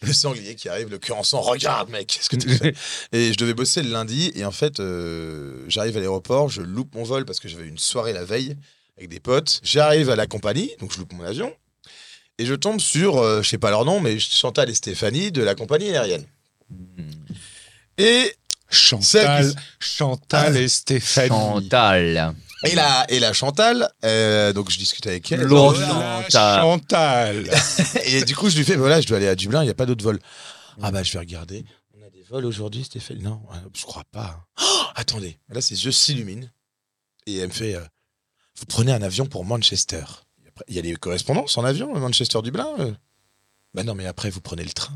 Speaker 2: Le sanglier qui arrive, le cœur en sang, regarde mec, qu'est-ce que tu fais Et je devais bosser le lundi, et en fait, euh, j'arrive à l'aéroport, je loupe mon vol parce que j'avais une soirée la veille avec des potes. J'arrive à la compagnie, donc je loupe mon avion, et je tombe sur, euh, je sais pas leur nom, mais Chantal et Stéphanie de la compagnie aérienne. Et,
Speaker 1: Chantal, Chantal et Stéphanie.
Speaker 3: Chantal.
Speaker 2: et, la, et la Chantal, euh, donc je discute avec elle.
Speaker 3: Lourd.
Speaker 1: La
Speaker 3: Chantal.
Speaker 1: Chantal.
Speaker 2: Et du coup, je lui fais, voilà, je dois aller à Dublin, il n'y a pas d'autre vol. Ah bah, je vais regarder. On a des vols aujourd'hui, Stéphanie Non, euh, je crois pas. Oh, attendez, là ses yeux s'illuminent et elle me fait euh, Vous prenez un avion pour Manchester. Et après, Il y a des correspondances en avion, euh, Manchester-Dublin euh. Bah non, mais après vous prenez le train.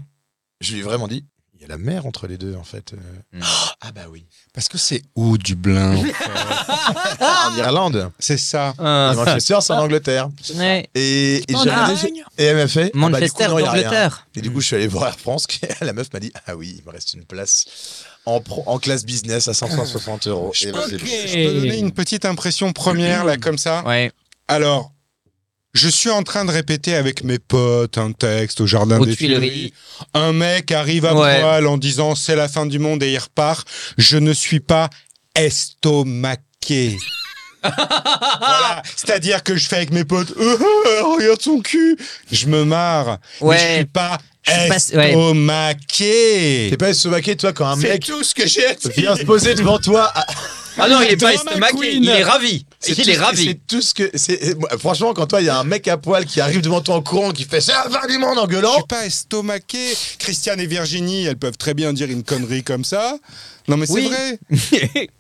Speaker 2: Je lui ai vraiment dit Il y a la mer entre les deux en fait. euh.
Speaker 3: Mm.
Speaker 2: Oh, ah bah oui.
Speaker 1: Parce que c'est où Dublin en fait
Speaker 2: En Irlande.
Speaker 1: (laughs) C'est ça.
Speaker 3: Ah.
Speaker 2: Et Manchester, c'est en Angleterre.
Speaker 3: Ouais.
Speaker 2: Et, et j'ai-
Speaker 7: Allemagne.
Speaker 2: et elle m'a fait Ah bah, du coup,
Speaker 3: Manchester,
Speaker 2: non, il y a rien.
Speaker 3: d'Angleterre.
Speaker 2: Et du coup, je suis allé voir Air France. qui- (laughs) La meuf m'a dit Ah oui, il me reste une place en, pro- en classe business à 560 euros. Et bah, c'est-
Speaker 1: Je peux donner une petite impression première là comme ça.
Speaker 3: Ouais.
Speaker 1: Alors, je suis en train de répéter avec mes potes un texte au jardin
Speaker 3: Aux
Speaker 1: des
Speaker 3: Tuileries.
Speaker 1: Tuileries. Un mec arrive à
Speaker 3: Ouais.
Speaker 1: poil en disant c'est la fin du monde et il repart. Je ne suis pas
Speaker 3: (laughs)
Speaker 1: estomaqué. Voilà. C'est-à-dire que je fais avec mes potes, Euh, euh, regarde son cul, je me marre, mais je suis
Speaker 3: Ouais.
Speaker 1: pas
Speaker 3: Je suis pas- ouais.
Speaker 1: estomaqué.
Speaker 2: T'es pas estomaqué, toi, quand un
Speaker 1: C'est
Speaker 2: mec
Speaker 1: tout ce que j'ai à dire.
Speaker 2: vient se poser devant toi. à-
Speaker 3: Ah non, il est pas
Speaker 7: Drama
Speaker 3: estomaqué.
Speaker 7: queen.
Speaker 3: Il est ravi.
Speaker 2: C'est
Speaker 3: Il
Speaker 2: tout
Speaker 3: est
Speaker 2: ce que-
Speaker 3: ravi.
Speaker 2: C'est tout ce que. c'est- moi, Franchement, quand toi, il y a un mec à poil qui arrive devant toi en courant, qui fait C'est la fin du monde en
Speaker 1: Je
Speaker 2: gueulant.
Speaker 1: suis pas estomaqué. Christiane et Virginie, elles peuvent très bien dire une connerie comme ça. Non, mais c'est
Speaker 3: Oui.
Speaker 1: vrai.
Speaker 3: (laughs)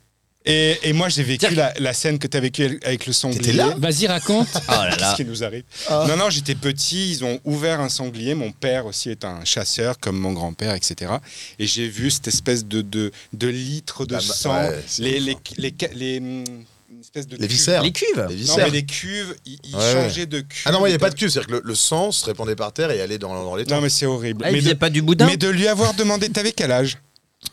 Speaker 1: Et, et moi, j'ai vécu la, la scène que tu as vécue avec le sanglier.
Speaker 2: T'étais là
Speaker 7: Vas-y, raconte.
Speaker 3: Oh là
Speaker 1: Qu'est-ce
Speaker 3: là.
Speaker 1: qui nous arrive
Speaker 3: Ah.
Speaker 1: Non, non, j'étais petit, ils ont ouvert un sanglier. Mon père aussi est un chasseur, comme mon grand-père, etc. Et j'ai vu cette espèce de, de, de litre de
Speaker 2: Bah, bah,
Speaker 1: sang,
Speaker 2: ouais, c'est
Speaker 1: les,
Speaker 2: ouf,
Speaker 1: les,
Speaker 2: hein.
Speaker 1: les, ca- les, hum, une espèce de
Speaker 2: Les
Speaker 1: cuve.
Speaker 2: viscères.
Speaker 3: Les cuves.
Speaker 2: Les
Speaker 1: Non,
Speaker 2: viscères.
Speaker 1: mais les cuves, ils, ils
Speaker 2: Ouais, ouais.
Speaker 1: changeaient de cuve.
Speaker 2: Ah non, moi, il n'y avait pas de cuve. C'est-à-dire que le, le sang se répandait par terre et allait dans, dans les
Speaker 1: Non,
Speaker 2: temps.
Speaker 1: mais c'est horrible.
Speaker 3: Ah, il
Speaker 1: mais,
Speaker 3: faisait
Speaker 1: de,
Speaker 3: pas du boudin.
Speaker 1: mais de lui avoir demandé, t'avais quel âge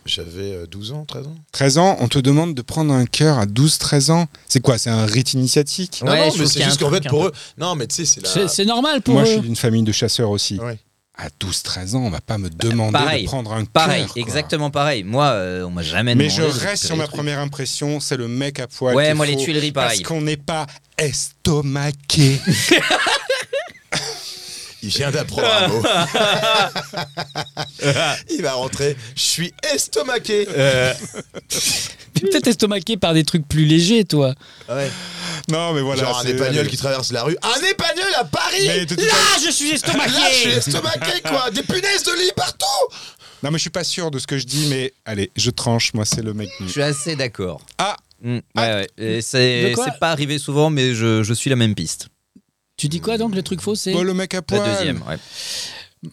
Speaker 2: J'avais euh, 12 ans, 13 ans.
Speaker 1: 13 ans, on te demande de prendre un cœur à 12-13 ans. C'est quoi C'est un rite initiatique
Speaker 2: Non,
Speaker 3: Ouais,
Speaker 2: non,
Speaker 3: je
Speaker 2: mais
Speaker 3: trouve
Speaker 2: c'est
Speaker 3: qu'il y a
Speaker 2: juste
Speaker 3: un
Speaker 2: qu'en fait,
Speaker 3: truc un
Speaker 2: pour eux. Non, mais tu sais, c'est la.
Speaker 7: C'est c'est normal pour
Speaker 1: Moi, je
Speaker 7: eux.
Speaker 1: suis d'une famille de chasseurs aussi.
Speaker 2: Ouais.
Speaker 1: À 12-13 ans, on va pas me demander
Speaker 3: pareil,
Speaker 1: de prendre un cœur.
Speaker 3: Pareil,
Speaker 1: quoi.
Speaker 3: exactement pareil. Moi, euh, on m'a jamais
Speaker 1: Mais
Speaker 3: demandé.
Speaker 1: je
Speaker 3: de
Speaker 1: reste
Speaker 3: faire
Speaker 1: sur
Speaker 3: des
Speaker 1: ma
Speaker 3: trucs.
Speaker 1: première impression, c'est le mec à poil.
Speaker 3: Ouais,
Speaker 1: qu'il
Speaker 3: moi, les
Speaker 1: faut,
Speaker 3: Tuileries, pareil.
Speaker 1: Parce qu'on n'est pas (laughs) estomaqué.
Speaker 2: Il vient d'apprendre un (laughs) mot. il va rentrer. Je suis estomaqué.
Speaker 1: Euh,
Speaker 7: T'es peut-être estomaqué par des trucs plus légers, toi.
Speaker 2: Ouais.
Speaker 1: non, mais voilà.
Speaker 2: Genre un
Speaker 1: c'est-
Speaker 2: épagnol qui traverse la rue. Un épagnol à Paris
Speaker 1: Mais de toute
Speaker 2: Là,
Speaker 1: façon-
Speaker 7: je suis
Speaker 2: Là, (laughs) je suis estomaqué, quoi. Des punaises de lit partout.
Speaker 1: Non, mais je suis pas sûr de ce que je dis, mais allez, je tranche. Moi, c'est le mec.
Speaker 3: Je suis assez d'accord.
Speaker 1: Ah.
Speaker 3: Mm, ouais, ouais. Et C'est
Speaker 7: De quoi
Speaker 3: c'est pas arrivé souvent, mais je, je suis la même piste.
Speaker 7: Tu dis quoi donc le truc faux c'est
Speaker 1: Oh, le mec à
Speaker 3: La
Speaker 1: poil.
Speaker 3: deuxième. ouais.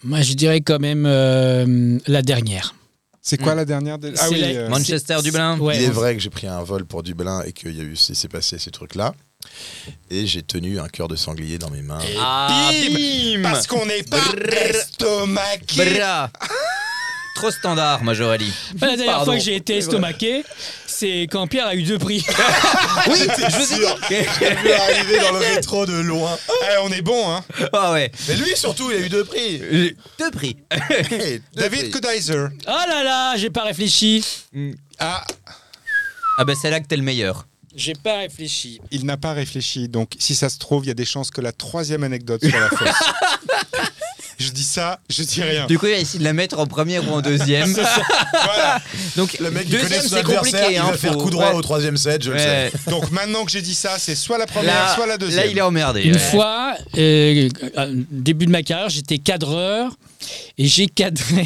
Speaker 7: Moi je dirais quand même euh, la dernière.
Speaker 1: C'est quoi la dernière des- Ah
Speaker 7: C'est
Speaker 1: oui.
Speaker 7: la-
Speaker 1: euh,
Speaker 3: Manchester, Dublin.
Speaker 7: Ouais.
Speaker 2: Il est vrai que j'ai pris un vol pour Dublin et qu'il y a eu, c'est c'est passé ces trucs-là. Et j'ai tenu un cœur de sanglier dans mes mains. Ah.
Speaker 3: Ah, bim
Speaker 1: Parce qu'on n'est pas estomaqué.
Speaker 3: Bra. Trop standard, moi j'aurais dit.
Speaker 7: Bah, la dernière
Speaker 3: Pardon.
Speaker 7: fois que j'ai été estomaqué, c'est quand Pierre a eu deux
Speaker 3: Oui,
Speaker 7: prix.
Speaker 3: (laughs) je vous ai
Speaker 2: Il est arrivé dans le rétro de loin.
Speaker 1: Eh, on est bon, hein.
Speaker 3: (laughs) Ah ouais.
Speaker 2: Mais lui, surtout, il a eu deux prix.
Speaker 3: Deux prix.
Speaker 2: Hey, deux
Speaker 1: David
Speaker 2: prix.
Speaker 1: Kodizer.
Speaker 7: Oh là là, j'ai pas réfléchi.
Speaker 1: Ah,
Speaker 3: Ah bah c'est là que t'es le meilleur.
Speaker 7: J'ai pas réfléchi.
Speaker 1: il n'a pas réfléchi. Donc, si ça se trouve, il y a des chances que la troisième anecdote soit la fausse.
Speaker 3: (laughs)
Speaker 1: je dis ça, je dis rien.
Speaker 3: Du coup, il a essayé de la mettre en première ou en deuxième.
Speaker 1: Voilà.
Speaker 3: (laughs) Donc,
Speaker 2: Le mec, il connaît
Speaker 3: deuxième,
Speaker 2: son
Speaker 3: c'est
Speaker 2: adversaire.
Speaker 3: compliqué.
Speaker 2: Il
Speaker 3: hein,
Speaker 2: va faire
Speaker 3: faut-
Speaker 2: coup droit
Speaker 3: ouais.
Speaker 2: au troisième set, je le
Speaker 3: Ouais.
Speaker 2: sais.
Speaker 1: Donc, maintenant que j'ai dit ça, c'est soit la première,
Speaker 3: Là,
Speaker 1: soit la deuxième.
Speaker 3: là, il est emmerdé.
Speaker 7: Une
Speaker 3: ouais.
Speaker 7: fois, euh, euh, début de ma carrière, j'étais cadreur et j'ai cadré.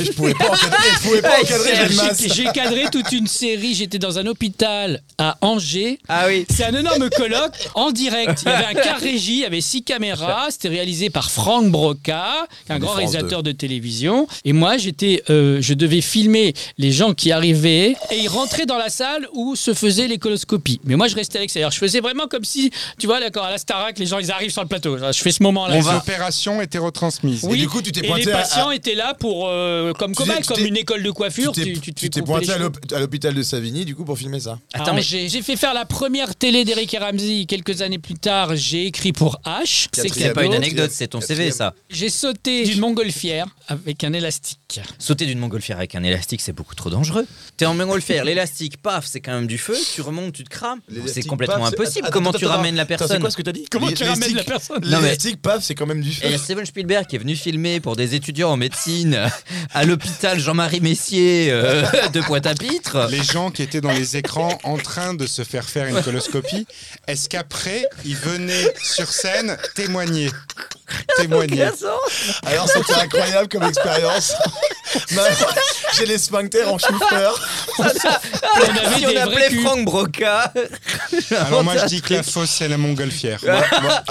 Speaker 2: Et je pouvais pas encadrer, je pouvais pas
Speaker 7: (laughs) Oh,
Speaker 3: Ah,
Speaker 2: encadrer,
Speaker 3: il
Speaker 2: j'ai le masque.
Speaker 7: J'ai j'ai cadré toute une série. J'étais dans un hôpital à Angers.
Speaker 3: Ah oui.
Speaker 7: C'est un énorme colloque en direct. Il y avait un car régie, il y avait six caméras. C'était réalisé par Franck Broca, un
Speaker 2: Mais
Speaker 7: grand
Speaker 2: France
Speaker 7: réalisateur de télévision. Et moi, j'étais, euh, je devais filmer les gens qui arrivaient et ils rentraient dans la salle où se faisaient les coloscopies. Mais moi, je restais à l'extérieur. Je faisais vraiment comme si, tu vois, d'accord, à la Starac, les gens, ils arrivent sur le plateau. Je fais ce moment-là.
Speaker 1: Les
Speaker 7: Je-
Speaker 1: opérations étaient retransmises.
Speaker 2: Et du coup, tu t'es
Speaker 7: et
Speaker 2: pointé
Speaker 7: les
Speaker 2: à-
Speaker 7: patients étaient là pour, euh, comme
Speaker 2: Tu t'es-
Speaker 7: cobayes,
Speaker 2: tu
Speaker 7: comme
Speaker 2: t'es-
Speaker 7: une école de coiffure.
Speaker 2: tu t'es-
Speaker 7: Tu tu te
Speaker 2: tu
Speaker 7: fais
Speaker 2: t'es
Speaker 7: couper
Speaker 2: pointé
Speaker 7: les
Speaker 2: à
Speaker 7: cheveux.
Speaker 2: l'hôp- à l'hôpital de Savigny, du coup, pour filmer ça.
Speaker 3: Attends,
Speaker 7: À
Speaker 3: mais
Speaker 7: Angers. Ah, J'ai fait faire la première télé d'Eric et Ramsey. Quelques années plus tard, j'ai écrit pour H.
Speaker 2: Quatrième.
Speaker 3: c'est pas une
Speaker 2: Quatrième.
Speaker 3: anecdote, c'est ton CV ça.
Speaker 7: J'ai sauté d'une montgolfière avec un élastique.
Speaker 3: Sauter d'une montgolfière avec un élastique, c'est beaucoup trop dangereux. T'es en montgolfière, l'élastique, paf, c'est quand même du feu, tu remontes, tu te crames. C'est
Speaker 2: L'élastique,
Speaker 3: complètement
Speaker 2: paf, c'est-
Speaker 3: impossible.
Speaker 2: attends,
Speaker 3: Comment
Speaker 2: attends,
Speaker 3: tu
Speaker 2: attends,
Speaker 3: ramènes la
Speaker 2: attends, c'est
Speaker 3: personne
Speaker 2: quoi ce que t'as dit
Speaker 7: Comment tu
Speaker 2: L'élastique-
Speaker 7: ramènes la personne
Speaker 3: Non, mais-
Speaker 2: L'élastique, paf, c'est quand même du feu.
Speaker 3: Et Steven Spielberg qui est venu filmer pour des les étudiants en médecine à l'hôpital Jean-Marie Messier euh, de Pointe-à-Pitre. (laughs)
Speaker 1: Les gens qui étaient dans les écrans en train de se faire faire une coloscopie, est-ce qu'après, ils venaient sur scène témoigner Témoigner.
Speaker 8: Alors c'était incroyable comme
Speaker 3: (laughs)
Speaker 8: expérience. Non, J'ai les sphincters en chauffeur.
Speaker 7: Ah, On avait
Speaker 3: Si
Speaker 7: des
Speaker 3: on
Speaker 7: vrais
Speaker 3: appelait
Speaker 7: culs.
Speaker 3: Franck Broca.
Speaker 1: Alors moi, je dis que la fosse, c'est la montgolfière. Moi, moi,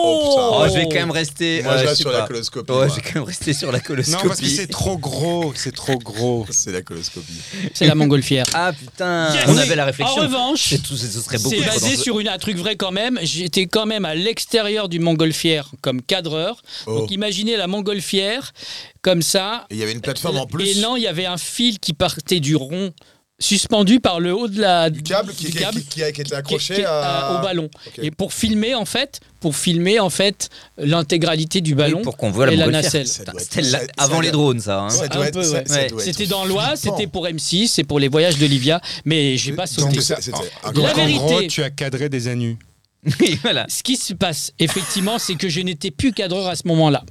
Speaker 8: Oh,
Speaker 3: Oh, je vais quand même rester.
Speaker 8: Moi, je
Speaker 3: euh,
Speaker 8: reste
Speaker 3: sais
Speaker 8: sur la
Speaker 3: pas.
Speaker 8: coloscopie.
Speaker 3: Ouais,
Speaker 8: moi.
Speaker 3: je vais quand même rester sur la
Speaker 1: non,
Speaker 3: coloscopie.
Speaker 1: parce que c'est trop gros, c'est trop gros.
Speaker 8: C'est la coloscopie.
Speaker 7: C'est la montgolfière.
Speaker 3: Ah putain,
Speaker 7: Yes.
Speaker 3: on avait la réflexion.
Speaker 7: En revanche,
Speaker 3: C'est tout, ce ce serait beaucoup
Speaker 7: C'est
Speaker 3: trop
Speaker 7: basé
Speaker 3: dangereux.
Speaker 7: sur une- un truc vrai quand même. J'étais quand même à l'extérieur du Montgolfière comme cadreur.
Speaker 8: Oh.
Speaker 7: Donc imaginez la Montgolfière comme ça.
Speaker 8: Et il y avait une plateforme en plus.
Speaker 7: Et non, il y avait un fil qui partait du rond, suspendu par le haut de la,
Speaker 8: du câble qui,
Speaker 7: du
Speaker 8: qui-
Speaker 7: câble
Speaker 8: qui- qui a qui était
Speaker 7: qui-
Speaker 8: accroché
Speaker 7: qui-
Speaker 8: à-
Speaker 7: à- au ballon.
Speaker 8: Ok.
Speaker 7: Et pour filmer en fait, pour filmer en fait l'intégralité du ballon.
Speaker 3: Oui, pour qu'on voit la
Speaker 7: et la
Speaker 3: montgolfière.
Speaker 7: nacelle.
Speaker 8: Ça doit être-
Speaker 3: C'était la-
Speaker 8: ça- ça
Speaker 3: avant
Speaker 8: doit-
Speaker 3: les drones, ça. hein.
Speaker 7: (laughs)
Speaker 8: Ça
Speaker 7: Ouais,
Speaker 8: doit
Speaker 7: un
Speaker 8: être-
Speaker 7: peu,
Speaker 8: ça-
Speaker 7: ouais.
Speaker 8: ça doit
Speaker 3: Ouais.
Speaker 8: être
Speaker 7: C'était dans l'Oise,
Speaker 8: flippant.
Speaker 7: c'était pour M6, c'est pour les voyages d'Olivia, mais j'ai pas
Speaker 8: Donc,
Speaker 7: sauté.
Speaker 8: c'est- c'était
Speaker 1: Donc
Speaker 7: La
Speaker 8: incroyable.
Speaker 1: en
Speaker 7: vérité-
Speaker 1: gros, tu as cadré des anus.
Speaker 3: Oui, voilà.
Speaker 7: Ce qui se passe, effectivement, c'est que je n'étais plus cadreur à ce moment-là.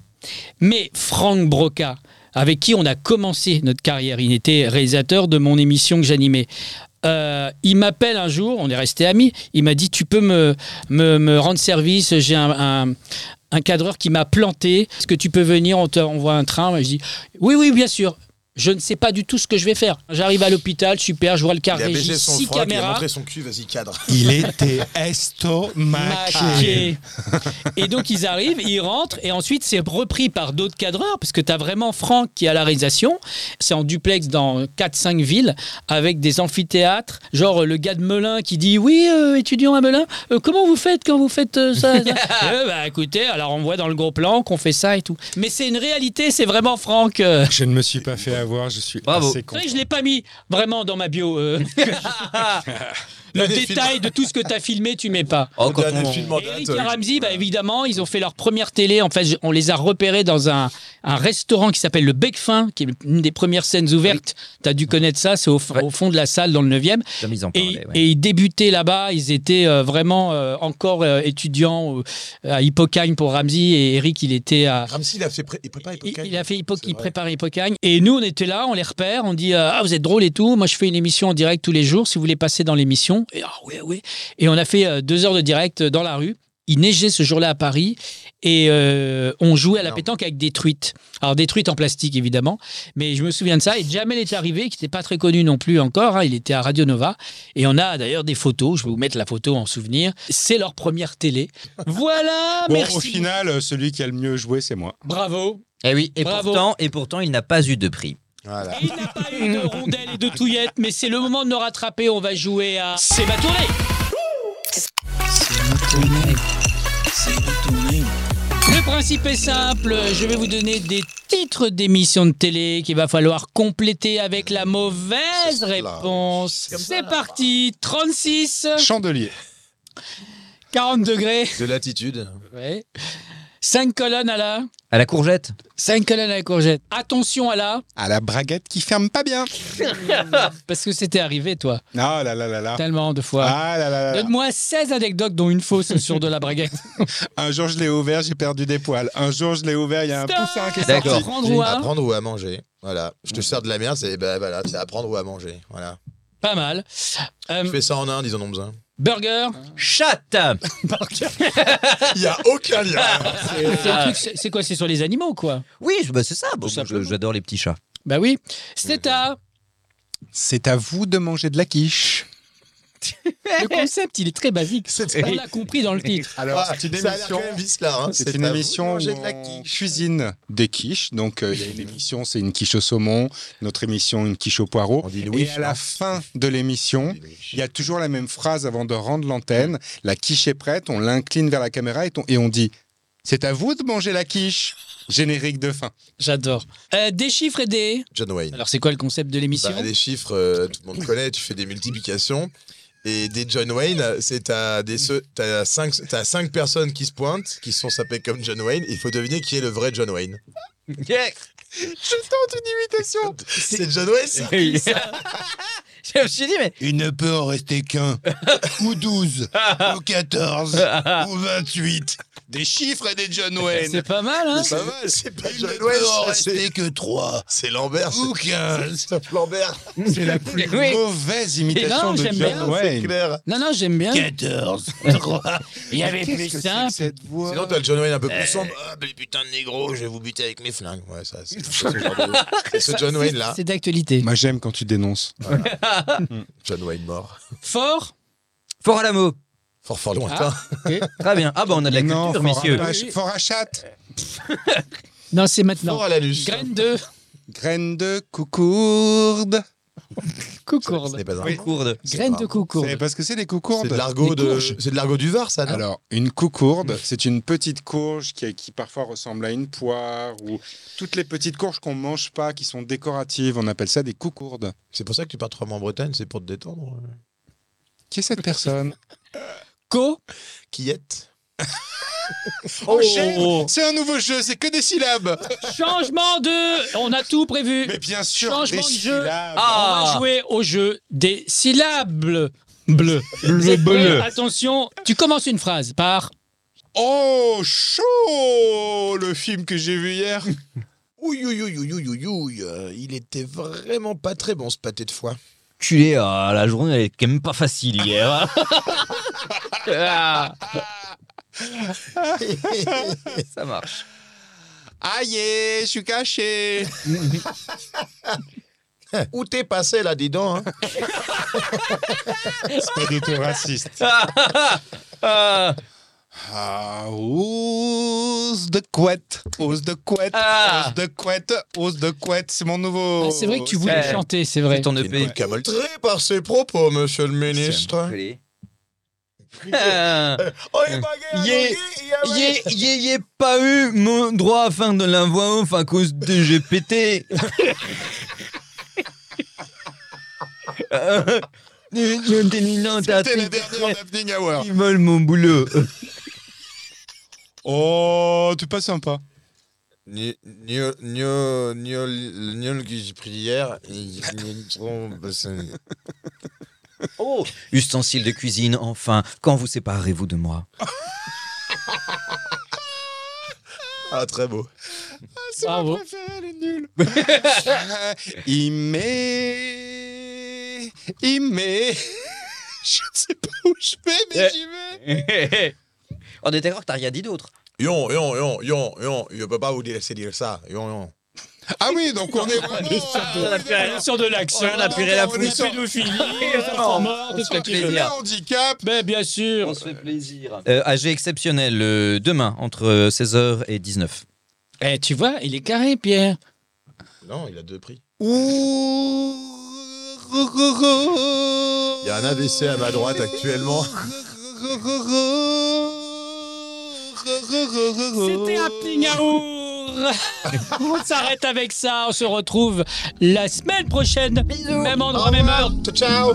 Speaker 7: Mais Franck Broca, avec qui on a commencé notre carrière, il était réalisateur de mon émission que j'animais. Euh, il m'appelle un jour, on est resté amis. Il m'a dit Tu peux me, me, me rendre service J'ai un, un- un cadreur qui m'a planté. Est-ce que tu peux venir On t'envoie un train. Je dis Oui, oui, bien sûr. Je ne sais pas du tout ce que je vais faire. J'arrive à l'hôpital, super, je vois le
Speaker 8: Il a
Speaker 7: carré, j'ai
Speaker 8: baisé son
Speaker 7: six
Speaker 8: froc, il a
Speaker 7: caméras.
Speaker 8: montré son cul, vas-y cadre.
Speaker 1: Il était estomaqué.
Speaker 7: Maqué. Et donc ils arrivent, ils rentrent, et ensuite c'est repris par d'autres cadreurs, parce que tu as vraiment Franck qui a la réalisation. C'est en duplex dans 4-5 villes, avec des amphithéâtres, genre euh, le gars de Melun qui dit Oui, euh, étudiant à Melun, euh, comment vous faites quand vous faites euh, ça, ça Euh, Bah écoutez, alors on voit dans le gros plan qu'on fait ça et tout. Mais c'est une réalité, c'est vraiment Franck. euh.
Speaker 1: Je ne me suis pas fait avoir, je suis
Speaker 3: Bravo.
Speaker 1: assez
Speaker 7: C'est
Speaker 1: content.
Speaker 7: vrai que je ne l'ai pas mis vraiment dans ma bio. euh. le
Speaker 8: Dernier
Speaker 7: détail de tout ce que tu as filmé, tu mets pas.
Speaker 3: Oh, quand
Speaker 8: Dernier
Speaker 3: on-
Speaker 8: film en date,
Speaker 7: Eric
Speaker 8: euh,
Speaker 7: et Ramsey, bah, évidemment, ils ont fait leur première télé. En fait, je- on les a repérés dans un, un restaurant qui s'appelle le Bec Fin, qui est une des premières scènes ouvertes. Tu as dû connaître ça, c'est au, f-
Speaker 3: Ouais.
Speaker 7: au fond de la salle dans le 9e.
Speaker 3: Comme ils en
Speaker 7: Et,
Speaker 3: parlaient, ouais.
Speaker 7: et ils débutaient là-bas, ils étaient euh, vraiment euh, encore euh, étudiants euh, à Hippocagne pour Ramsey et Eric, il était à,
Speaker 8: Ramsey, il Ah, a fait pré- il prépare
Speaker 7: il,
Speaker 8: Hippocagne. hein.
Speaker 7: il a fait Hippo-
Speaker 8: C'est
Speaker 7: il
Speaker 8: vrai.
Speaker 7: prépare Hippocagne. Et nous, on était là, on les repère, on dit euh, Ah, vous êtes drôles et tout. Moi, je fais une émission en direct tous les jours. Si vous voulez passer dans l'émission. Et, ah, ouais, ouais. et on a fait euh, deux heures de direct euh, dans la rue. Il neigeait ce jour-là à Paris et euh, on jouait à la
Speaker 8: Énorme.
Speaker 7: pétanque avec des truites. Alors, des truites en plastique, évidemment. Mais je me souviens de ça. Et Jamel est arrivé, qui n'était pas très connu non plus encore. hein. Il était à Radio Nova. Et on a d'ailleurs des photos. Je vais vous mettre la photo en souvenir. C'est leur première télé. Voilà,
Speaker 1: Bon,
Speaker 7: merci.
Speaker 1: au final, euh, celui qui a le mieux joué, c'est moi.
Speaker 7: Bravo.
Speaker 3: Eh oui, et
Speaker 7: Bravo.
Speaker 3: pourtant, et pourtant, il n'a pas eu de prix.
Speaker 8: Voilà.
Speaker 7: Il n'a pas eu de rondelles et de touillettes, mais c'est le moment de nous rattraper. On va jouer à. C'est ma tournée Le principe est simple, je vais vous donner des titres d'émissions de télé qu'il va falloir compléter avec la mauvaise
Speaker 8: C'est cela.
Speaker 7: réponse.
Speaker 8: Comme
Speaker 7: C'est parti 36,
Speaker 1: Chandelier.
Speaker 7: 40 degrés,
Speaker 8: De l'attitude.
Speaker 7: ouais. 5 colonnes à la...
Speaker 3: À la courgette.
Speaker 7: 5 colonnes à la courgette. Attention à la...
Speaker 1: À Ah, la braguette qui ferme pas bien.
Speaker 7: Parce que c'était arrivé toi,
Speaker 1: Ah là là là là.
Speaker 7: tellement de fois.
Speaker 1: Ah là là là là.
Speaker 7: Donne-moi 16 anecdotes, dont une fausse
Speaker 1: (laughs)
Speaker 7: sur de la braguette.
Speaker 1: Un jour je l'ai ouvert, j'ai perdu des poils. Un jour je l'ai ouvert, il y a un
Speaker 7: Stop
Speaker 1: poussin qui est
Speaker 3: D'accord.
Speaker 1: sorti.
Speaker 7: Prendre ou à
Speaker 8: Apprendre ou à manger. Voilà. Je te sers de la merde, c'est bah, voilà, c'est apprendre ou à manger.
Speaker 7: Mm.
Speaker 8: Voilà.
Speaker 7: Pas mal. Euh,
Speaker 8: Je fais ça en Inde, ils en ont besoin.
Speaker 7: burger.
Speaker 3: Chatte
Speaker 8: (laughs) Il y a aucun lien.
Speaker 7: Ah, C'est
Speaker 1: Ah.
Speaker 7: un truc- c'est- c'est quoi C'est sur les animaux, quoi
Speaker 3: Oui, je- bah, c'est ça. Bon, je-
Speaker 7: simplement.
Speaker 3: J'adore les petits chats.
Speaker 7: Bah oui. C'est à.
Speaker 1: C'est à vous de manger de la quiche.
Speaker 7: Le concept, il est très basique. On l'a compris dans le titre.
Speaker 1: (laughs) Alors,
Speaker 8: Ah,
Speaker 1: c'est une
Speaker 8: ça a l'air
Speaker 1: émission.
Speaker 8: quand même vice là. hein.
Speaker 1: C'est une
Speaker 8: à vous de
Speaker 1: émission où
Speaker 8: manger de la
Speaker 1: on
Speaker 8: quiche.
Speaker 1: cuisine des quiches. Donc, euh, il y a une émission, c'est une quiche au saumon. Notre émission, une quiche au poireau.
Speaker 8: On dit
Speaker 1: Et à la fin de l'émission, il y a toujours la même phrase avant de rendre l'antenne. La quiche est prête, on l'incline vers la caméra et, ton- et on dit C'est à vous de manger la quiche Générique de fin.
Speaker 7: J'adore. Euh, des chiffres et des.
Speaker 8: John Wayne.
Speaker 7: Alors, c'est quoi le concept de l'émission
Speaker 8: Bah, les chiffres, euh, tout le monde connaît, tu fais des multiplications. Et des John Wayne, c'est t'as des ceux- t'as cinq, t'as cinq personnes qui se pointent, qui sont sapées comme John Wayne. Il faut deviner qui est le vrai John Wayne.
Speaker 3: Yeah.
Speaker 8: (laughs)
Speaker 3: (laughs)
Speaker 8: C'est John Wayne. ça
Speaker 3: J'ai je me suis dit, mais
Speaker 1: Il ne peut en rester (laughs) qu'un, ou 12, ou (laughs) 14, ou 28. Des chiffres et des John Wayne.
Speaker 7: C'est pas mal, hein
Speaker 2: Ça va, c'est pas
Speaker 1: Il ne
Speaker 2: John
Speaker 1: peut en
Speaker 2: Wayne, c'est-
Speaker 1: rester que 3,
Speaker 2: c'est Lambert,
Speaker 1: ou
Speaker 2: c'est
Speaker 1: 15.
Speaker 2: Christophe Lambert,
Speaker 1: C'est
Speaker 7: (laughs)
Speaker 1: la plus
Speaker 3: Oui.
Speaker 1: mauvaise
Speaker 7: Non,
Speaker 1: imitation de
Speaker 7: j'aime bien,
Speaker 3: hein.
Speaker 1: John
Speaker 2: c'est
Speaker 1: Wayne.
Speaker 2: clair.
Speaker 7: Non, non, j'aime bien.
Speaker 1: 14, 3.
Speaker 7: Il y avait plus
Speaker 1: Qu'est-ce que c'est
Speaker 7: simple.
Speaker 1: que cette voix
Speaker 2: Sinon, t'as le John Wayne un peu plus sombre. Ah, mais putain de négro, je vais vous buter avec mes flingues. Ouais, ça, (laughs) c'est c'est ce genre de- Et ce John Wayne là,
Speaker 7: C'est d'actualité.
Speaker 1: Moi, j'aime quand tu dénonces.
Speaker 2: John Wayne mort,
Speaker 7: Fort
Speaker 3: fort à la mot.
Speaker 2: fort fort lointain.
Speaker 3: Très bien. Ah, bah, on a de la
Speaker 1: non,
Speaker 3: culture,
Speaker 1: fort
Speaker 3: messieurs.
Speaker 1: à page- fort à chatte.
Speaker 7: Non, c'est maintenant.
Speaker 2: Fort à l'anus.
Speaker 7: Graine de
Speaker 1: Graine de coucourde.
Speaker 2: Ce
Speaker 7: coucourde.
Speaker 2: n'est pas un-
Speaker 3: Courde.
Speaker 7: Graine de
Speaker 1: Vous
Speaker 7: coucourde.
Speaker 1: savez pas ce que c'est les
Speaker 2: C'est
Speaker 1: coucourdes
Speaker 2: de l'argot
Speaker 1: Les
Speaker 2: de,
Speaker 1: courges.
Speaker 2: c'est de l'argot du Var, ça. non
Speaker 1: Alors, une coucourde, c'est une petite courge qui, qui parfois ressemble à une poire ou toutes les petites courges qu'on mange pas, qui sont décoratives, on appelle ça des coucourdes.
Speaker 2: C'est pour ça que tu pars trois mois en Bretagne, c'est pour te détendre. euh.
Speaker 1: Qui est cette
Speaker 2: (laughs)
Speaker 1: personne
Speaker 7: Co.
Speaker 2: Qui est
Speaker 1: Oh, j'aime C'est un nouveau jeu, c'est que des syllabes
Speaker 7: Changement de. On a tout prévu.
Speaker 1: Mais bien sûr,
Speaker 7: Changement
Speaker 1: des
Speaker 7: de jeu.
Speaker 1: syllabes
Speaker 7: On va
Speaker 3: Ah
Speaker 7: jouer au jeu des syllabes bleues. Bleu, bleu. Attention, tu commences une phrase par.
Speaker 1: Oh, chaud Le film que j'ai vu hier
Speaker 2: Ouille, ouille, ouille, ouille, ouille, ouille, ouille, euh, il était vraiment pas très bon ce pâté de foie.
Speaker 3: Culé, ah, la journée, elle est quand même pas facile hier. hein. Ah, ça marche.
Speaker 1: Aïe, je suis caché
Speaker 2: Où t'es passé là, dis donc hein
Speaker 1: C'est pas du tout raciste.
Speaker 3: Ah,
Speaker 1: Ah, hausse de couette, hausse de couette,
Speaker 3: Ah.
Speaker 1: hausse de couette, hausse de couette, c'est mon nouveau.
Speaker 2: Oh.
Speaker 7: Ah, c'est vrai que tu voulais
Speaker 3: Eh.
Speaker 7: chanter, c'est vrai.
Speaker 3: ton
Speaker 2: Il
Speaker 3: EP.
Speaker 2: est camoltré par ses propos, monsieur le ministre.
Speaker 3: Culé. Ah.
Speaker 2: Oh, il est bagarre,
Speaker 3: Yeah.
Speaker 2: il y a-
Speaker 3: Yé, yé, yé, pas eu mon droit à faire de la voix off à cause de (laughs) GPT. Euh, les gens dominants, t'as
Speaker 1: C'était la
Speaker 3: fait-
Speaker 1: dernière d'Happening Hour.
Speaker 3: Ils volent mon boulot.
Speaker 1: Oh, tu pas sympa.
Speaker 2: Ni- nio- nio- nio- Niol qui prière, il- il trompe, c'est-
Speaker 3: Oh. Ustensiles de cuisine, enfin, quand vous séparez-vous de moi
Speaker 2: Ah, très beau.
Speaker 7: Bravo.
Speaker 1: elle est
Speaker 2: (laughs)
Speaker 1: nulle. Il met. Il met. (laughs) Je ne sais pas où je vais, mais j'y vais.
Speaker 3: On est d'accord que t'as rien dit d'autre.
Speaker 2: Yon, yon, yon, yon, yon, je peux pas vous laisser dire ça. Yon, yon.
Speaker 1: Ah oui, donc on est vraiment. Ah, on est vraiment-
Speaker 7: Sur de l'action,
Speaker 3: On a purée la
Speaker 7: on est
Speaker 1: poule.
Speaker 7: pédophilie,
Speaker 3: Non,
Speaker 7: on est mort, tout ce que
Speaker 3: fait
Speaker 7: tu veux.
Speaker 3: plaisir.
Speaker 1: Le handicap.
Speaker 7: Mais bien sûr.
Speaker 3: se fait plaisir. AG Euh, exceptionnel, euh, demain, entre 16h et 19h.
Speaker 7: Eh, tu vois, il est carré, Pierre.
Speaker 2: Non, il a deux prix.
Speaker 1: Il
Speaker 2: y a un AVC à ma droite actuellement.
Speaker 7: C'était Happening Hour. (laughs) on s'arrête avec ça. On se retrouve la semaine prochaine. Même endroit, même heure.
Speaker 2: Ciao, ciao.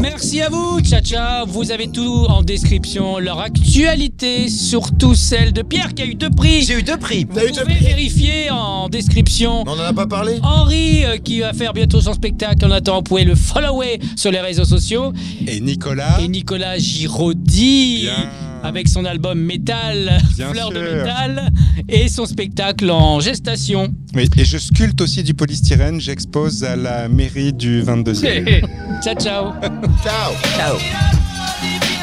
Speaker 7: Merci à vous, ciao ciao. Vous avez tout en description, leur actualité, surtout celle de Pierre qui a eu deux prix.
Speaker 3: J'ai eu deux prix.
Speaker 7: Vous
Speaker 2: T'as eu deux
Speaker 7: pouvez
Speaker 2: prix
Speaker 7: vérifier en description.
Speaker 2: Non, on en a pas parlé
Speaker 7: Henri euh, qui va faire bientôt son spectacle. En attendant, vous pouvez le follower sur les réseaux sociaux.
Speaker 1: Et Nicolas.
Speaker 7: Et Nicolas Giraudy
Speaker 1: Bien.
Speaker 7: avec son album Métal,
Speaker 1: Bien
Speaker 7: Fleur de
Speaker 1: sûr.
Speaker 7: Métal, et son spectacle en gestation.
Speaker 1: Oui, et je sculpte aussi du polystyrène, j'expose à la mairie du 22e.
Speaker 7: ciao ciao.
Speaker 2: Ciao
Speaker 3: Ciao.
Speaker 9: Melody